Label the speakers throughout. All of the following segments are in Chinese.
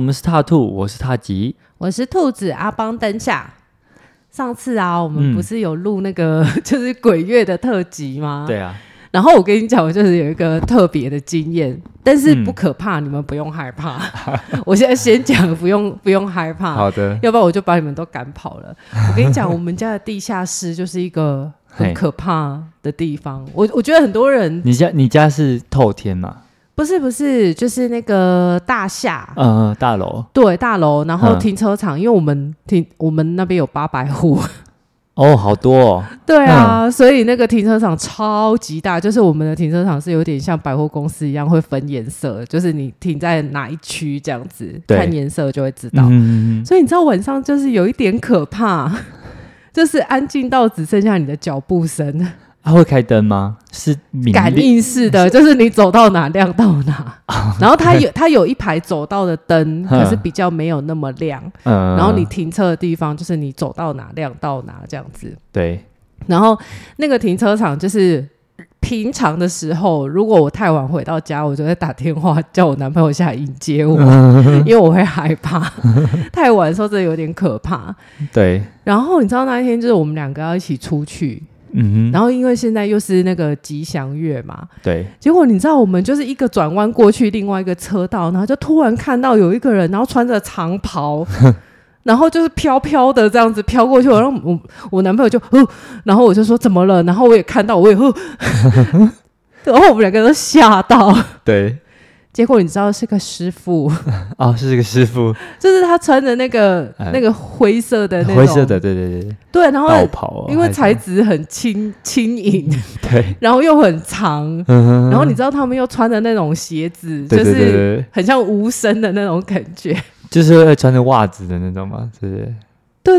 Speaker 1: 们是踏兔，我是踏吉。
Speaker 2: 我是兔子阿邦灯下。上次啊，我们
Speaker 1: 嗯
Speaker 2: 不是有录那个 就是鬼月的特辑吗？。
Speaker 1: 对啊，
Speaker 2: 然后我跟你讲，我就是有一个特别的经验，但是
Speaker 1: 嗯
Speaker 2: 不可怕，你们不用害怕。 我现在先讲，不用不用害怕。
Speaker 1: 好的，
Speaker 2: 要不然我就把你们都赶跑了。我跟你讲，我们家的地下室就是一个很
Speaker 1: 嘿嗯
Speaker 2: 可怕的地方。我我觉得很多人
Speaker 1: 你家你家是透天嘛？
Speaker 2: 不是不是，就是那个大厦。
Speaker 1: 嗯、呃，大楼
Speaker 2: 对大楼，然后
Speaker 1: 嗯
Speaker 2: 停车场，因为我们停我们那边有八百户，
Speaker 1: 哦，好多哦，
Speaker 2: 对啊，所以那个停车场超级大，就是我们的停车场是有点像百货公司一样会分颜色，就是你停在哪一区这样子，
Speaker 1: 对
Speaker 2: 看颜色就会知道。
Speaker 1: 嗯，
Speaker 2: 所以你知道晚上就是有一点可怕， 就是安静到只剩下你的脚步声，
Speaker 1: 它、会开灯吗？是明
Speaker 2: 感
Speaker 1: 亮
Speaker 2: 应式的，就是你走到哪亮到哪。然后它有它有一排走道的灯，可是比较没有那么亮。
Speaker 1: 嗯
Speaker 2: 然后你停车的地方就是你走到哪亮到哪这样子。
Speaker 1: 对，
Speaker 2: 然后那个停车场就是。平常的时候，如果我太晚回到家，我就会打电话叫我男朋友下来迎接我， 因为我会害怕。 太晚的时候真的有点可怕。
Speaker 1: 对，
Speaker 2: 然后你知道那一天就是我们两个要一起出去，
Speaker 1: 嗯哼，
Speaker 2: 然后因为现在又是那个吉祥月嘛，
Speaker 1: 对，
Speaker 2: 结果你知道我们就是一个转弯过去另外一个车道，然后就突然看到有一个人，然后穿着长 袍。然后就是飘飘的这样子飘过去，然后我我男朋友就哦，然后我就说怎么了？然后我也看到，我 也哦，然后我们两个都吓到。
Speaker 1: 对，
Speaker 2: 结果你知道是个师傅，
Speaker 1: 哦，是这个师傅，
Speaker 2: 就是他穿着那个、
Speaker 1: 哎
Speaker 2: 那个灰色呃的那种
Speaker 1: 灰色的，对对对，
Speaker 2: 对，然后
Speaker 1: 道袍、哦，
Speaker 2: 因为
Speaker 1: 还
Speaker 2: 材
Speaker 1: 是
Speaker 2: 质很轻轻盈，
Speaker 1: 对，
Speaker 2: 然后又很长，
Speaker 1: 嗯
Speaker 2: 然后你知道他们又穿的那种鞋子，
Speaker 1: 对
Speaker 2: 就
Speaker 1: 对对
Speaker 2: 是
Speaker 1: 对，
Speaker 2: 很像无声的那种感觉。
Speaker 1: 就是会穿着袜子的那种嘛，对对
Speaker 2: 对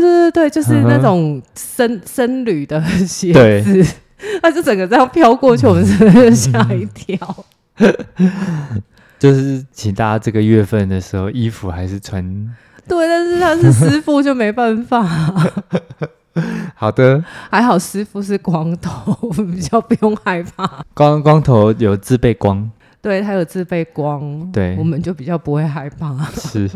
Speaker 2: 对对对，就是
Speaker 1: 嗯
Speaker 2: 那
Speaker 1: 哼
Speaker 2: 种僧僧侣的鞋
Speaker 1: 对
Speaker 2: 子，它就整个这样飘过去，我们真的吓一跳。
Speaker 1: 就是请大家这个月份的时候，衣服还是穿
Speaker 2: 对，但是他是师傅就没办法，
Speaker 1: 好的。
Speaker 2: 还好师傅是光头， 我们比较不用害怕。
Speaker 1: 光光头有自备光，
Speaker 2: 对他有自备光，
Speaker 1: 对
Speaker 2: 我们就比较不会害怕。
Speaker 1: 是
Speaker 2: 啊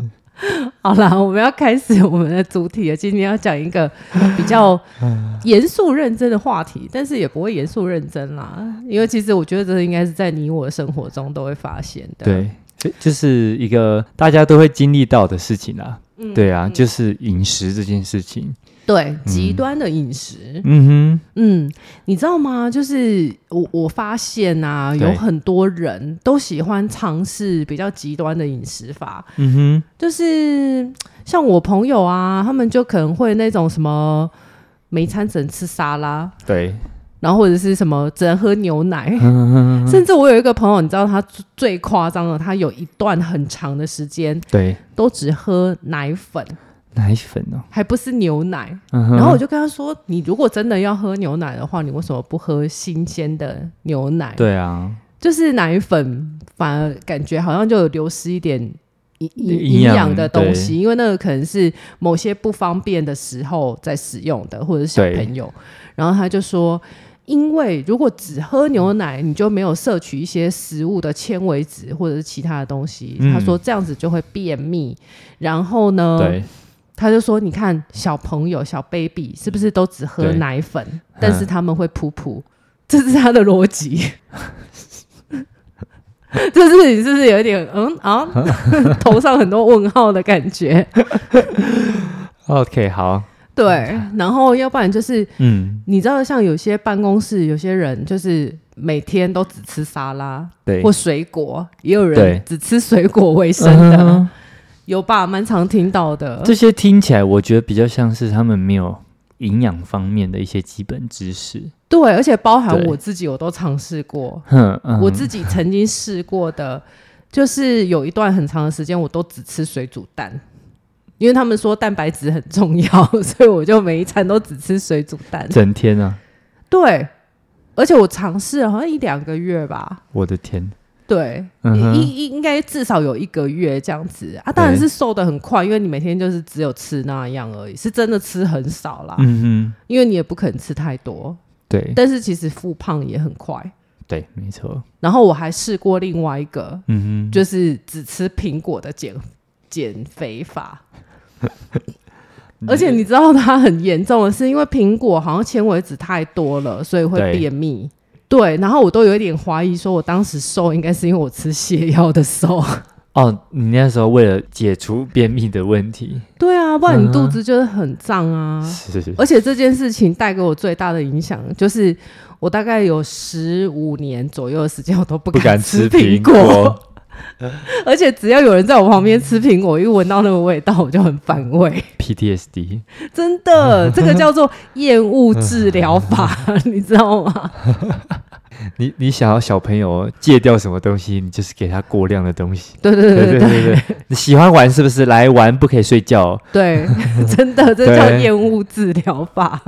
Speaker 2: 好啦，我们要开始我们的主题了。今天要讲一个比较
Speaker 1: 嗯
Speaker 2: 严肃认真的话题，但是也不会严肃认真啦，因为其实我觉得这应该是在你我的生活中都会发现的。，
Speaker 1: 对，就就是一个大家都会经历到的事情啊。
Speaker 2: 嗯
Speaker 1: 对啊，就是饮食这件事情。
Speaker 2: 对，极端的饮食，
Speaker 1: 嗯
Speaker 2: 嗯你知道吗？就是我我发现啊，
Speaker 1: 对
Speaker 2: 有很多人都喜欢尝试比较极端的饮食法，
Speaker 1: 哼，嗯
Speaker 2: 就是像我朋友啊，他们就可能会那种什么每餐只能吃沙拉。
Speaker 1: 哼，对，
Speaker 2: 然后或者是什么只能喝牛奶。
Speaker 1: 嗯
Speaker 2: 甚至我有一个朋友，你知道他最最夸张的，他有一段很长的时间
Speaker 1: 对，
Speaker 2: 都只喝奶粉，
Speaker 1: 奶粉哦。
Speaker 2: 还不是牛奶。
Speaker 1: 嗯
Speaker 2: 然
Speaker 1: 哼，
Speaker 2: 后我就跟他说：“你如果真的要喝牛奶的话，你为什么不喝新鲜的牛奶？
Speaker 1: 对啊，
Speaker 2: 就是奶粉反而感觉好像就有流失一点。”营营
Speaker 1: 营
Speaker 2: 营
Speaker 1: 养
Speaker 2: 养的东
Speaker 1: 对
Speaker 2: 西，因为那个可能是某些不方便的时候在使用的，或者是小
Speaker 1: 对
Speaker 2: 朋友。然后他就说，因为如果只喝牛奶，你就没有摄取一些食物的纤维质或者是其他的东西。
Speaker 1: 嗯
Speaker 2: 他说这样子就会便秘。然后呢，
Speaker 1: 对，
Speaker 2: 他就说，你看小朋友、小 baby 是不是都只喝
Speaker 1: 对嗯
Speaker 2: 奶粉，但是他们会噗噗，这是他的逻辑。 就是你是不是有一点嗯 啊，头上很多问号的感觉？
Speaker 1: OK，好，
Speaker 2: 对，然后要不然就是
Speaker 1: 嗯，
Speaker 2: 你知道，像有些办公室有些人就是每天都只吃沙拉
Speaker 1: 对
Speaker 2: 或，水果，也有人
Speaker 1: 对
Speaker 2: 只吃水果为生的，
Speaker 1: 嗯哼
Speaker 2: 有吧？蛮常听到的。
Speaker 1: 这些听起来我觉得比较像是他们没有营养方面的一些基本知识。
Speaker 2: 对，而且包含
Speaker 1: 对
Speaker 2: 我自己，我都尝试过。
Speaker 1: 哼，嗯
Speaker 2: 我自己曾经试过的，就是有一段很长的时间，我都只吃水煮蛋，因为他们说蛋白质很重要， 所以我就每一餐都只吃水煮蛋。
Speaker 1: 整天啊，
Speaker 2: 对，而且我尝试了好像一两个月吧，
Speaker 1: 我的天，
Speaker 2: 对，
Speaker 1: 嗯
Speaker 2: 应
Speaker 1: 哼
Speaker 2: 应应该至少有一个月这样子啊。当然是瘦的很快，因为你每天就是只有吃那样而已，是真的吃很少啦，
Speaker 1: 嗯哼，
Speaker 2: 因为你也不可能吃太多。
Speaker 1: 对
Speaker 2: 但是其实复胖也很快。
Speaker 1: 对，没错，
Speaker 2: 然后我还试过另外一个，
Speaker 1: 嗯哼，
Speaker 2: 就是只吃苹果的减减肥法。而且你知道它很严重的是，因为苹果好像纤维质太多了，所以会
Speaker 1: 对
Speaker 2: 便秘。对，然后我都有一点怀疑，说我当时瘦应该是因为我吃泻药的瘦。
Speaker 1: 哦，你那时候为了解除便秘的问题，
Speaker 2: 对啊，不然你肚
Speaker 1: 嗯哼
Speaker 2: 子就是很胀 啊。
Speaker 1: 是
Speaker 2: 而且这件事情带给我最大的影响，就是我大概有十五年左右的时间，我都不
Speaker 1: 不敢
Speaker 2: 吃
Speaker 1: 吃
Speaker 2: 苹
Speaker 1: 苹果。
Speaker 2: 而且只要有人在我旁边吃苹果，一闻到那个味道，我就很反胃。
Speaker 1: PTSD，
Speaker 2: 真的，这个叫做厌恶治疗法，你知道吗？
Speaker 1: 你你想要小朋友戒掉什么东西，你就是给他过量的东西。
Speaker 2: 对对对
Speaker 1: 对
Speaker 2: 对
Speaker 1: 对对， 你喜欢玩是不是？来玩不可以睡觉哦，
Speaker 2: 对， 真的，这叫
Speaker 1: 对
Speaker 2: 厌恶治疗法。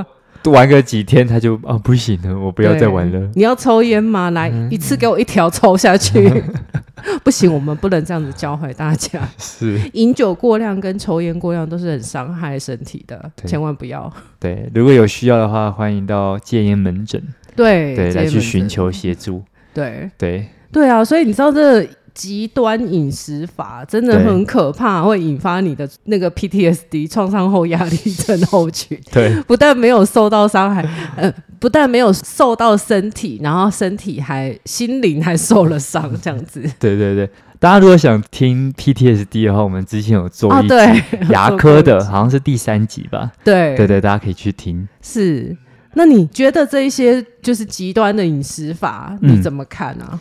Speaker 1: 多玩个几天他就哦不行了，我不要再玩了嗯
Speaker 2: 对。你要抽烟吗？来，一次给我一条抽下去。 不行，我们不能这样子教坏大家。
Speaker 1: 是，
Speaker 2: 饮酒过量跟抽烟过量都是很伤害身体的，
Speaker 1: 对
Speaker 2: 千万不要。
Speaker 1: 对，如果有需要的话，欢迎到戒烟门诊，
Speaker 2: 对
Speaker 1: 对，
Speaker 2: 这
Speaker 1: 来
Speaker 2: 些
Speaker 1: 去
Speaker 2: 门
Speaker 1: 寻
Speaker 2: 诊
Speaker 1: 求协助。
Speaker 2: 对
Speaker 1: 对，
Speaker 2: 对啊，所以你知道这个极端饮食法真的
Speaker 1: 对。
Speaker 2: 很可怕，会引发你的那个 PTSD 创伤后压力症候群
Speaker 1: 对，
Speaker 2: 不但没有受到伤害，呃，不但没有受到身体，然后身体还心灵还受了伤，这样子
Speaker 1: 对对对，大家如果想听 PTSD 的话，我们之前有做
Speaker 2: 啊，
Speaker 1: 一集、
Speaker 2: 对，
Speaker 1: 牙科的，好像是第三集吧？
Speaker 2: 对
Speaker 1: 对对，大家可以去听。
Speaker 2: 是。那你觉得这一些就是极端的饮食法，
Speaker 1: 嗯
Speaker 2: 你怎么看啊？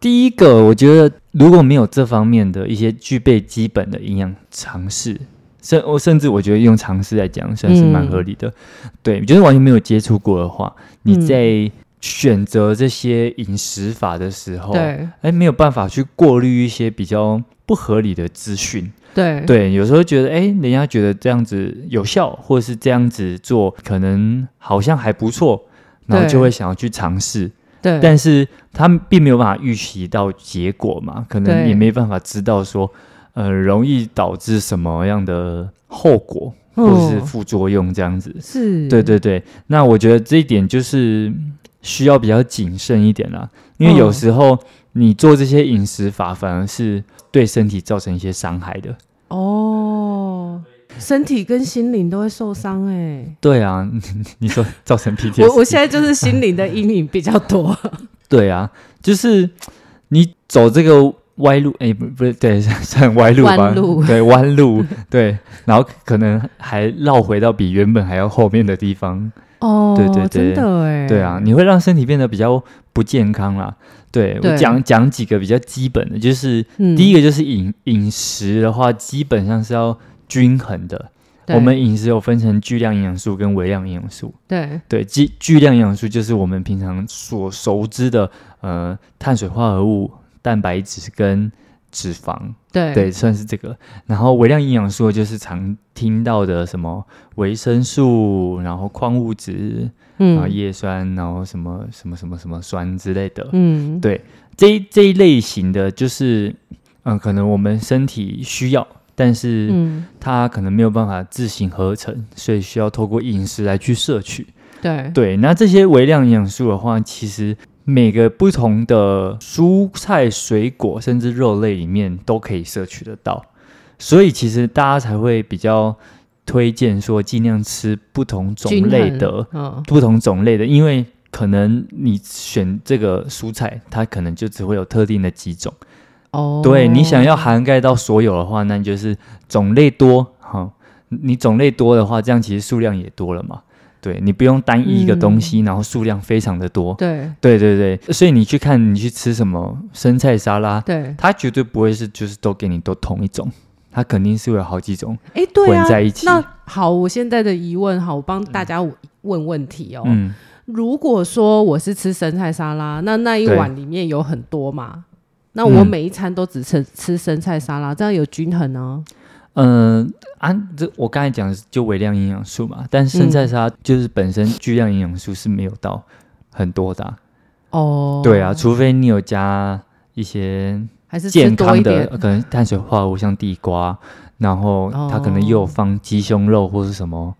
Speaker 1: 第一个，我觉得如果没有这方面的一些具备基本的营养常识，甚我甚至我觉得用常识来讲算是蛮合理的。对，就是完全没有接触过的话，你
Speaker 2: 嗯
Speaker 1: 在选择这些饮食法的时候，
Speaker 2: 对
Speaker 1: 哎，没有办法去过滤一些比较不合理的资讯。
Speaker 2: 对
Speaker 1: 对，有时候觉得，哎，人家觉得这样子有效，或者是这样子做可能好像还不错，然后
Speaker 2: 对
Speaker 1: 就会想要去尝试。
Speaker 2: 对
Speaker 1: 但是他们并没有办法预期到结果嘛，可能
Speaker 2: 对
Speaker 1: 也没办法知道说，呃，容易导致什么样的后果或者是
Speaker 2: 嗯
Speaker 1: 副作用这样子。
Speaker 2: 是，
Speaker 1: 对对对，那我觉得这一点就是需要比较谨慎一点啦，因为有
Speaker 2: 嗯
Speaker 1: 时候你做这些饮食法反而是对身体造成一些伤害的。
Speaker 2: 哦，身体跟心灵都会受伤哎、
Speaker 1: 对啊，你 你说造 成 PTSD，
Speaker 2: 我我现在就是心灵的阴影比较多，
Speaker 1: 对啊，就是你走这个歪路，哎、不不是，对， 算歪路吧，
Speaker 2: 弯路
Speaker 1: 对，弯路，对，然后可能还绕回到比原本还要后面的地方，
Speaker 2: 哦，
Speaker 1: 对 对对
Speaker 2: 真的哎、
Speaker 1: 对啊，，你会让身体变得比较不健康啦。对
Speaker 2: 对
Speaker 1: 我讲讲几个比较基本的，就是、
Speaker 2: 嗯
Speaker 1: 第一个就是饮饮食的话，基本上是要均衡的。
Speaker 2: 对
Speaker 1: 我们饮食有分成巨量营养素跟微量营养素，
Speaker 2: 对
Speaker 1: 对，巨巨量营养素就是我们平常所熟知的，呃，碳水化合物、蛋白质跟脂肪，
Speaker 2: 对
Speaker 1: 对，算是这个。然后微量营养素就是常听到的什么维生素，然后矿物质，然后
Speaker 2: 嗯
Speaker 1: 叶酸，然后什么什么什么什么酸之类的。
Speaker 2: 嗯
Speaker 1: 对这一这一类型的，就是嗯、呃可能我们身体需要，但是
Speaker 2: 嗯
Speaker 1: 它可能没有办法自行合成，所以需要透过饮食来去摄取。
Speaker 2: 对
Speaker 1: 对，那这些微量营养素的话，其实每个不同的蔬菜、水果，甚至肉类里面都可以摄取得到，所以其实大家才会比较推荐说尽量吃不同种
Speaker 2: 均衡
Speaker 1: 类的、
Speaker 2: 嗯
Speaker 1: 不同种类的，因为可能你选这个蔬菜，它可能就只会有特定的几种。
Speaker 2: 哦，
Speaker 1: 对你想要涵盖到所有的话，那你就是种类多哈、你种类多的话，这样其实数量也多了嘛。对你不用单一一个东西，然后数量非常的多。
Speaker 2: 嗯对
Speaker 1: 对对对，所以你去看你去吃什么生菜沙拉，
Speaker 2: 对
Speaker 1: 它绝对不会是就是都给你都同一种，它肯定是会有好几种
Speaker 2: 哎、对啊
Speaker 1: 混，在一起。
Speaker 2: 那好，我现在的疑问，好，我帮大家问问题哦。
Speaker 1: 嗯，
Speaker 2: 如果说我是吃生菜沙拉，那那一
Speaker 1: 对
Speaker 2: 碗里面有很多嘛，那我
Speaker 1: 嗯
Speaker 2: 每一餐都只吃吃生菜沙拉，这样有均衡啊呢、
Speaker 1: 嗯啊，这我刚才讲的是就微量营养素嘛，但生菜沙拉就是本身巨量营养素是没有到很多的啊、
Speaker 2: 哦，
Speaker 1: 对啊，，除非你有加一些
Speaker 2: 还是吃
Speaker 1: 健
Speaker 2: 多
Speaker 1: 康
Speaker 2: 一
Speaker 1: 的，
Speaker 2: 点
Speaker 1: 呃可能碳水化合物，像地瓜，然后它可能又有放鸡胸肉或是什么、
Speaker 2: 哦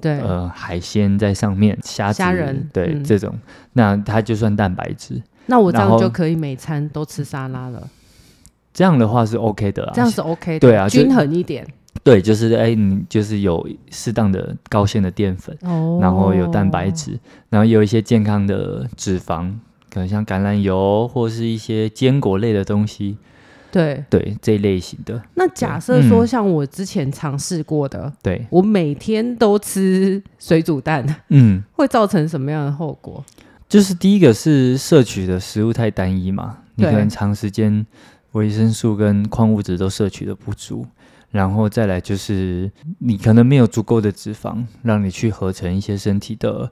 Speaker 2: 对、
Speaker 1: 呃海鲜在上面，虾子
Speaker 2: 虾仁
Speaker 1: 对、
Speaker 2: 嗯
Speaker 1: 这种，那它就算蛋白质。
Speaker 2: 那我这样
Speaker 1: 然后
Speaker 2: 就可以每餐都吃沙拉了。
Speaker 1: 这样的话是 OK 的啊。
Speaker 2: 这样是 OK 的，
Speaker 1: 对啊就
Speaker 2: 均衡一点。
Speaker 1: 对，就是哎，你就是有适当的高纤的淀粉，
Speaker 2: 哦，
Speaker 1: 然后有蛋白，质，然后也有一些健康的脂肪，可能像橄榄油或是一些坚果类的东西，
Speaker 2: 对。
Speaker 1: 对这一类型的，
Speaker 2: 那假设说
Speaker 1: 嗯
Speaker 2: 像我之前尝试过的，
Speaker 1: 对，
Speaker 2: 我每天都吃水煮蛋，
Speaker 1: 嗯。
Speaker 2: 会造成什么样的后果？
Speaker 1: 就是第一个是摄取的食物太单一嘛，你
Speaker 2: 对
Speaker 1: 可能长时间维生素跟矿物质都摄取的不足，然后再来就是你可能没有足够的脂肪让你去合成一些身体的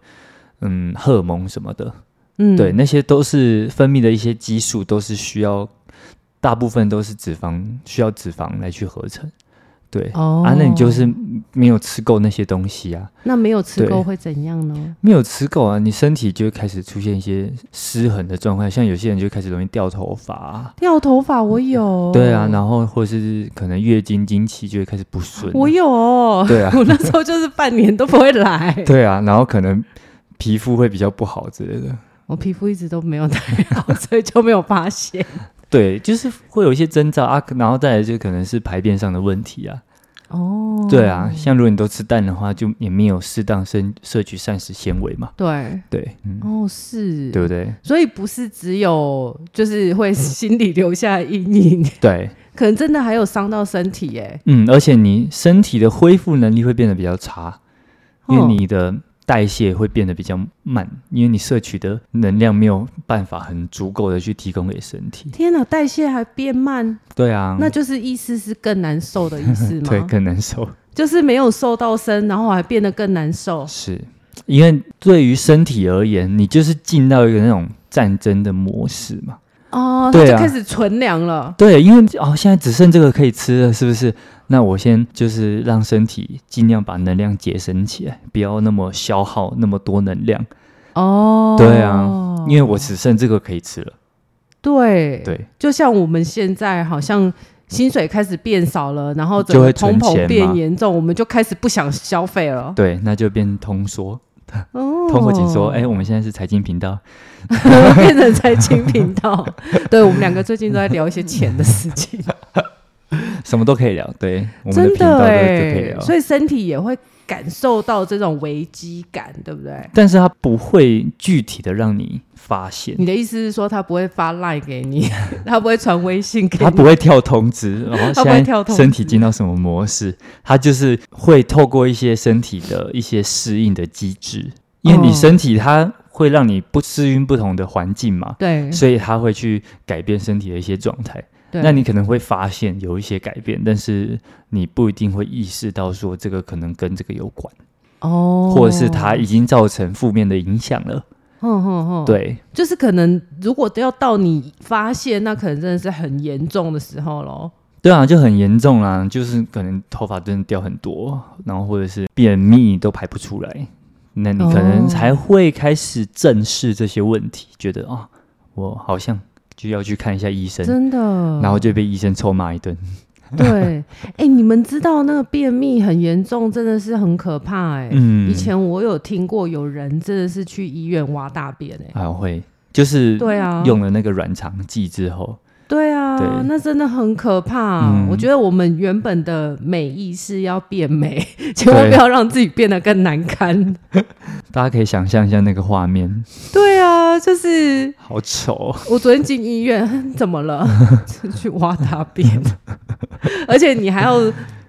Speaker 1: 嗯荷尔蒙什么的，
Speaker 2: 嗯，
Speaker 1: 对，那些都是分泌的一些激素，都是需要大部分都是脂肪需要脂肪来去合成，对。
Speaker 2: 哦，
Speaker 1: 啊，那你就是没有吃够那些东西啊，
Speaker 2: 那没有吃
Speaker 1: 对
Speaker 2: 够会怎样呢？
Speaker 1: 没有吃够啊，你身体就会开始出现一些失衡的状况，像有些人就开始容易掉头发、啊，
Speaker 2: 掉头发我有，
Speaker 1: 对啊，然后或是可能月经经期就会开始不顺啊，
Speaker 2: 我有哦，
Speaker 1: 对啊，
Speaker 2: 我那时候就是半年都不会来，
Speaker 1: 对啊，然后可能皮肤会比较不好之类的，
Speaker 2: 我皮肤一直都没有太好，所以就没有发 现。
Speaker 1: 对，就是会有一些征兆啊，然后再来就可能是排便上的问题啊，
Speaker 2: 哦，
Speaker 1: 对啊，像如果你都吃蛋的话，就也没有适当摄摄取膳食纤维嘛，
Speaker 2: 对，
Speaker 1: 对，嗯，
Speaker 2: 哦是，
Speaker 1: 对不对？
Speaker 2: 所以不是只有就是会心里留下阴影，
Speaker 1: 对，
Speaker 2: 可能真的还有伤到身体耶。
Speaker 1: 嗯，而且你身体的恢复能力会变得比较差。因为
Speaker 2: 哦
Speaker 1: 你的代谢会变得比较慢，因为你摄取的能量没有办法很足够的去提供给身体。
Speaker 2: 天哪，代谢还变慢，
Speaker 1: 对啊，
Speaker 2: 那就是意思是更难受的意 思
Speaker 1: 对
Speaker 2: 吗？
Speaker 1: 更难受，
Speaker 2: 就是没有瘦到身，然后还变得更难受。
Speaker 1: 是因为对于身体而言，你就是进到一个那种战争的模式嘛。
Speaker 2: 哦，
Speaker 1: 对
Speaker 2: 就
Speaker 1: 啊
Speaker 2: 开始存粮了。
Speaker 1: 对，因为哦，现在只剩这个可以吃了，是不是？那我先就是让身体尽量把能量节省起来，不要那么消耗那么多能量，
Speaker 2: 哦，
Speaker 1: 对啊因为我只剩这个可以吃了。
Speaker 2: 对
Speaker 1: 对，
Speaker 2: 就像我们现在好像薪水开始变少了，然后整
Speaker 1: 就
Speaker 2: 个
Speaker 1: 会
Speaker 2: 通
Speaker 1: 存
Speaker 2: 膨
Speaker 1: 钱
Speaker 2: 变
Speaker 1: 嘛
Speaker 2: 严重，我们就开始不想消费了。
Speaker 1: 对，那就变通缩。
Speaker 2: 哦，
Speaker 1: 通货紧缩，哎、我们现在是财经频道，
Speaker 2: 变成财经频道。对我们两个最近都在聊一些钱的事情，
Speaker 1: 什么都可以聊，对， 我们的
Speaker 2: 真
Speaker 1: 频道都都可以
Speaker 2: 哎，
Speaker 1: 聊。
Speaker 2: 所以身体也会感受到这种危机感，对不对？
Speaker 1: 但是它不会具体的让你发现，
Speaker 2: 你的意思是说，他不会发 line 给 你，他不会传微信给
Speaker 1: 它
Speaker 2: 你
Speaker 1: 不，会跳通知，然后
Speaker 2: 它
Speaker 1: 现
Speaker 2: 不会跳通
Speaker 1: 在
Speaker 2: 知
Speaker 1: 身体进到什么模式，它就是会透过一些身体的一些适应的机制，因为你
Speaker 2: 哦
Speaker 1: 身体它会让你不适应不同的环境嘛，
Speaker 2: 对
Speaker 1: 所以它会去改变身体的一些状态。
Speaker 2: 对。
Speaker 1: 那你可能会发现有一些改变，但是你不一定会意识到说这个可能跟这个有关。
Speaker 2: 哦，
Speaker 1: 或者是它已经造成负面的影响了。
Speaker 2: 哼哼哼，
Speaker 1: 对
Speaker 2: 就是可能如果要到你发现，那可能真的是很严重的时候喽。
Speaker 1: 对啊，就很严重啦，就是可能头发真的掉很多，然后或者是便秘都排不出来，那你可能
Speaker 2: 哦
Speaker 1: 才会开始正视这些问题，觉得啊，我好像就要去看一下医生，
Speaker 2: 真的。
Speaker 1: 然后就被医生臭骂一顿。
Speaker 2: 对，哎、你们知道那个便秘很严重，真的是很可怕哎、
Speaker 1: 嗯，
Speaker 2: 以前我有听过有人真的是去医院挖大便哎、
Speaker 1: 还会就是
Speaker 2: 对啊，
Speaker 1: 啊用了那个软肠剂之后，
Speaker 2: 对啊，
Speaker 1: 对
Speaker 2: 那真的很可怕、
Speaker 1: 嗯
Speaker 2: 我觉得我们原本的美意是要变美， 千万不
Speaker 1: 对
Speaker 2: 要让自己变得更难堪。
Speaker 1: 大家可以想象一下那个画面，
Speaker 2: 对啊，就是
Speaker 1: 好丑哦。
Speaker 2: 我昨天进医院，怎么 了？去挖大便，而且你还要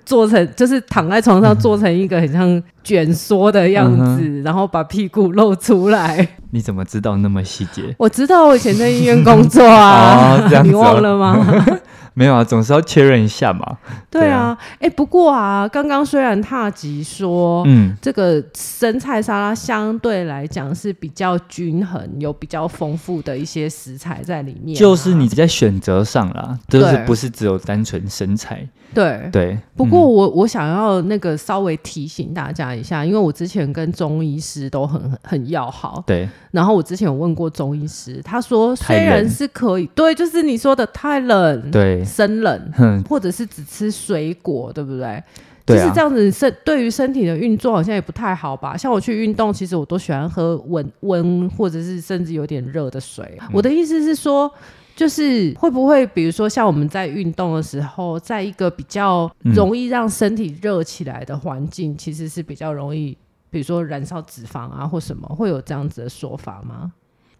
Speaker 2: 做成，就是躺在床上做成一个很像卷缩的样
Speaker 1: 嗯
Speaker 2: 子，然后把屁股露出来。
Speaker 1: 你怎么知道那么细节？
Speaker 2: 我知道我以前在医院工作啊，
Speaker 1: 哦这样子哦
Speaker 2: 你忘 了吗？
Speaker 1: 没有啊，总是要确认一下嘛。
Speaker 2: 对
Speaker 1: 对
Speaker 2: 啊
Speaker 1: 啊，
Speaker 2: 哎、不过啊，刚刚虽然踏吉说。
Speaker 1: 嗯，
Speaker 2: 这个生菜沙拉相对来讲是比较均衡，有比较丰富的一些食材在里面啊、
Speaker 1: 就是你在选择上啦，就是
Speaker 2: 对
Speaker 1: 不是只有单纯身材，
Speaker 2: 对
Speaker 1: 对。嗯
Speaker 2: 不过我、我想要那个稍微提醒大家一下，因为我之前跟中医师都很很要好
Speaker 1: 嗯，对，
Speaker 2: 然后我之前有问过中医师，他说虽
Speaker 1: 太冷
Speaker 2: 然是可以，对，就是你说的太冷，
Speaker 1: 对
Speaker 2: 生冷，
Speaker 1: 哼，
Speaker 2: 或者是只吃水果，对不对？
Speaker 1: 对
Speaker 2: 就是
Speaker 1: 啊
Speaker 2: 这，样子身对于身体的运作好像也不太好吧？像我去运动，其
Speaker 1: 嗯
Speaker 2: 实我都喜欢喝温温或者是甚至有点热的水。我的意思是说，就是会不会，比如说像我们在运动的时候，在一个比较
Speaker 1: 嗯
Speaker 2: 容易让身体热起来的环境，其实是比较容易，比如说燃烧脂肪啊或什么，会有这样子的说法吗？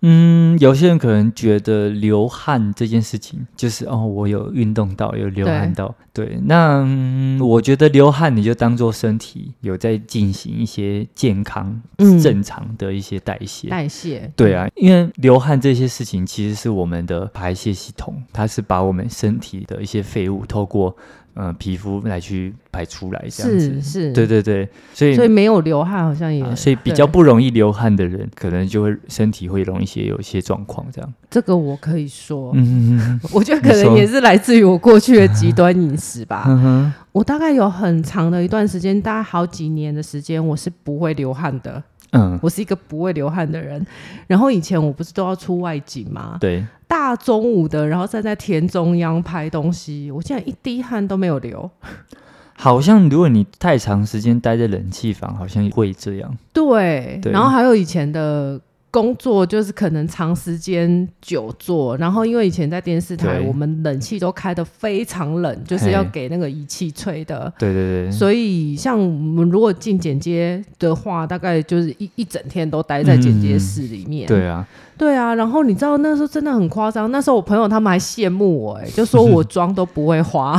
Speaker 1: 嗯，有些人可能觉得流汗这件事情就是哦，我有运动到，有流汗到。对，那、嗯我觉得流汗你就当做身体有在进行一些健康、
Speaker 2: 嗯
Speaker 1: 正常的一些代谢。
Speaker 2: 代谢，
Speaker 1: 对啊，因为流汗这些事情其实是我们的排泄系统，它是把我们身体的一些废物透过呃皮肤来去排出来，这样
Speaker 2: 是
Speaker 1: 子。
Speaker 2: 是，
Speaker 1: 对对对，所以
Speaker 2: 所以没有流汗好像也，
Speaker 1: 啊所以比
Speaker 2: 对
Speaker 1: 较不容易流汗的人，可能就会身体会容易一些有一些状况这 样。
Speaker 2: 这个我可以说，
Speaker 1: 嗯
Speaker 2: 我觉得可
Speaker 1: 你
Speaker 2: 能
Speaker 1: 说
Speaker 2: 也是来自于我过去的极端饮食 吧。
Speaker 1: 哼哼，
Speaker 2: 我大概有很长的一段时间，大概好几年的时间，我是不会流汗的。
Speaker 1: 嗯，
Speaker 2: 我是一个不会流汗的人。然后以前我不是都要出外景吗？
Speaker 1: 对，
Speaker 2: 大中午的，然后站在田中央拍东西，我竟然一滴汗都没有流。
Speaker 1: 好像如果你太长时间待在冷气房，好像会这样。
Speaker 2: 对，
Speaker 1: 对
Speaker 2: 然后还有以前的。工作就是可能长时间久坐，然后因为以前在电视台，
Speaker 1: 对
Speaker 2: 我们冷气都开得非常冷，就是要
Speaker 1: 嘿
Speaker 2: 给那个仪器吹的。
Speaker 1: 对对对，
Speaker 2: 所以，像我们如果进剪接的话，大概就是一一整天都待在剪接室里面。
Speaker 1: 对啊，
Speaker 2: 对啊，然后你知道那时候真的很夸张，那时候我朋友他们还羡慕我、哎，就说我妆都不 会花，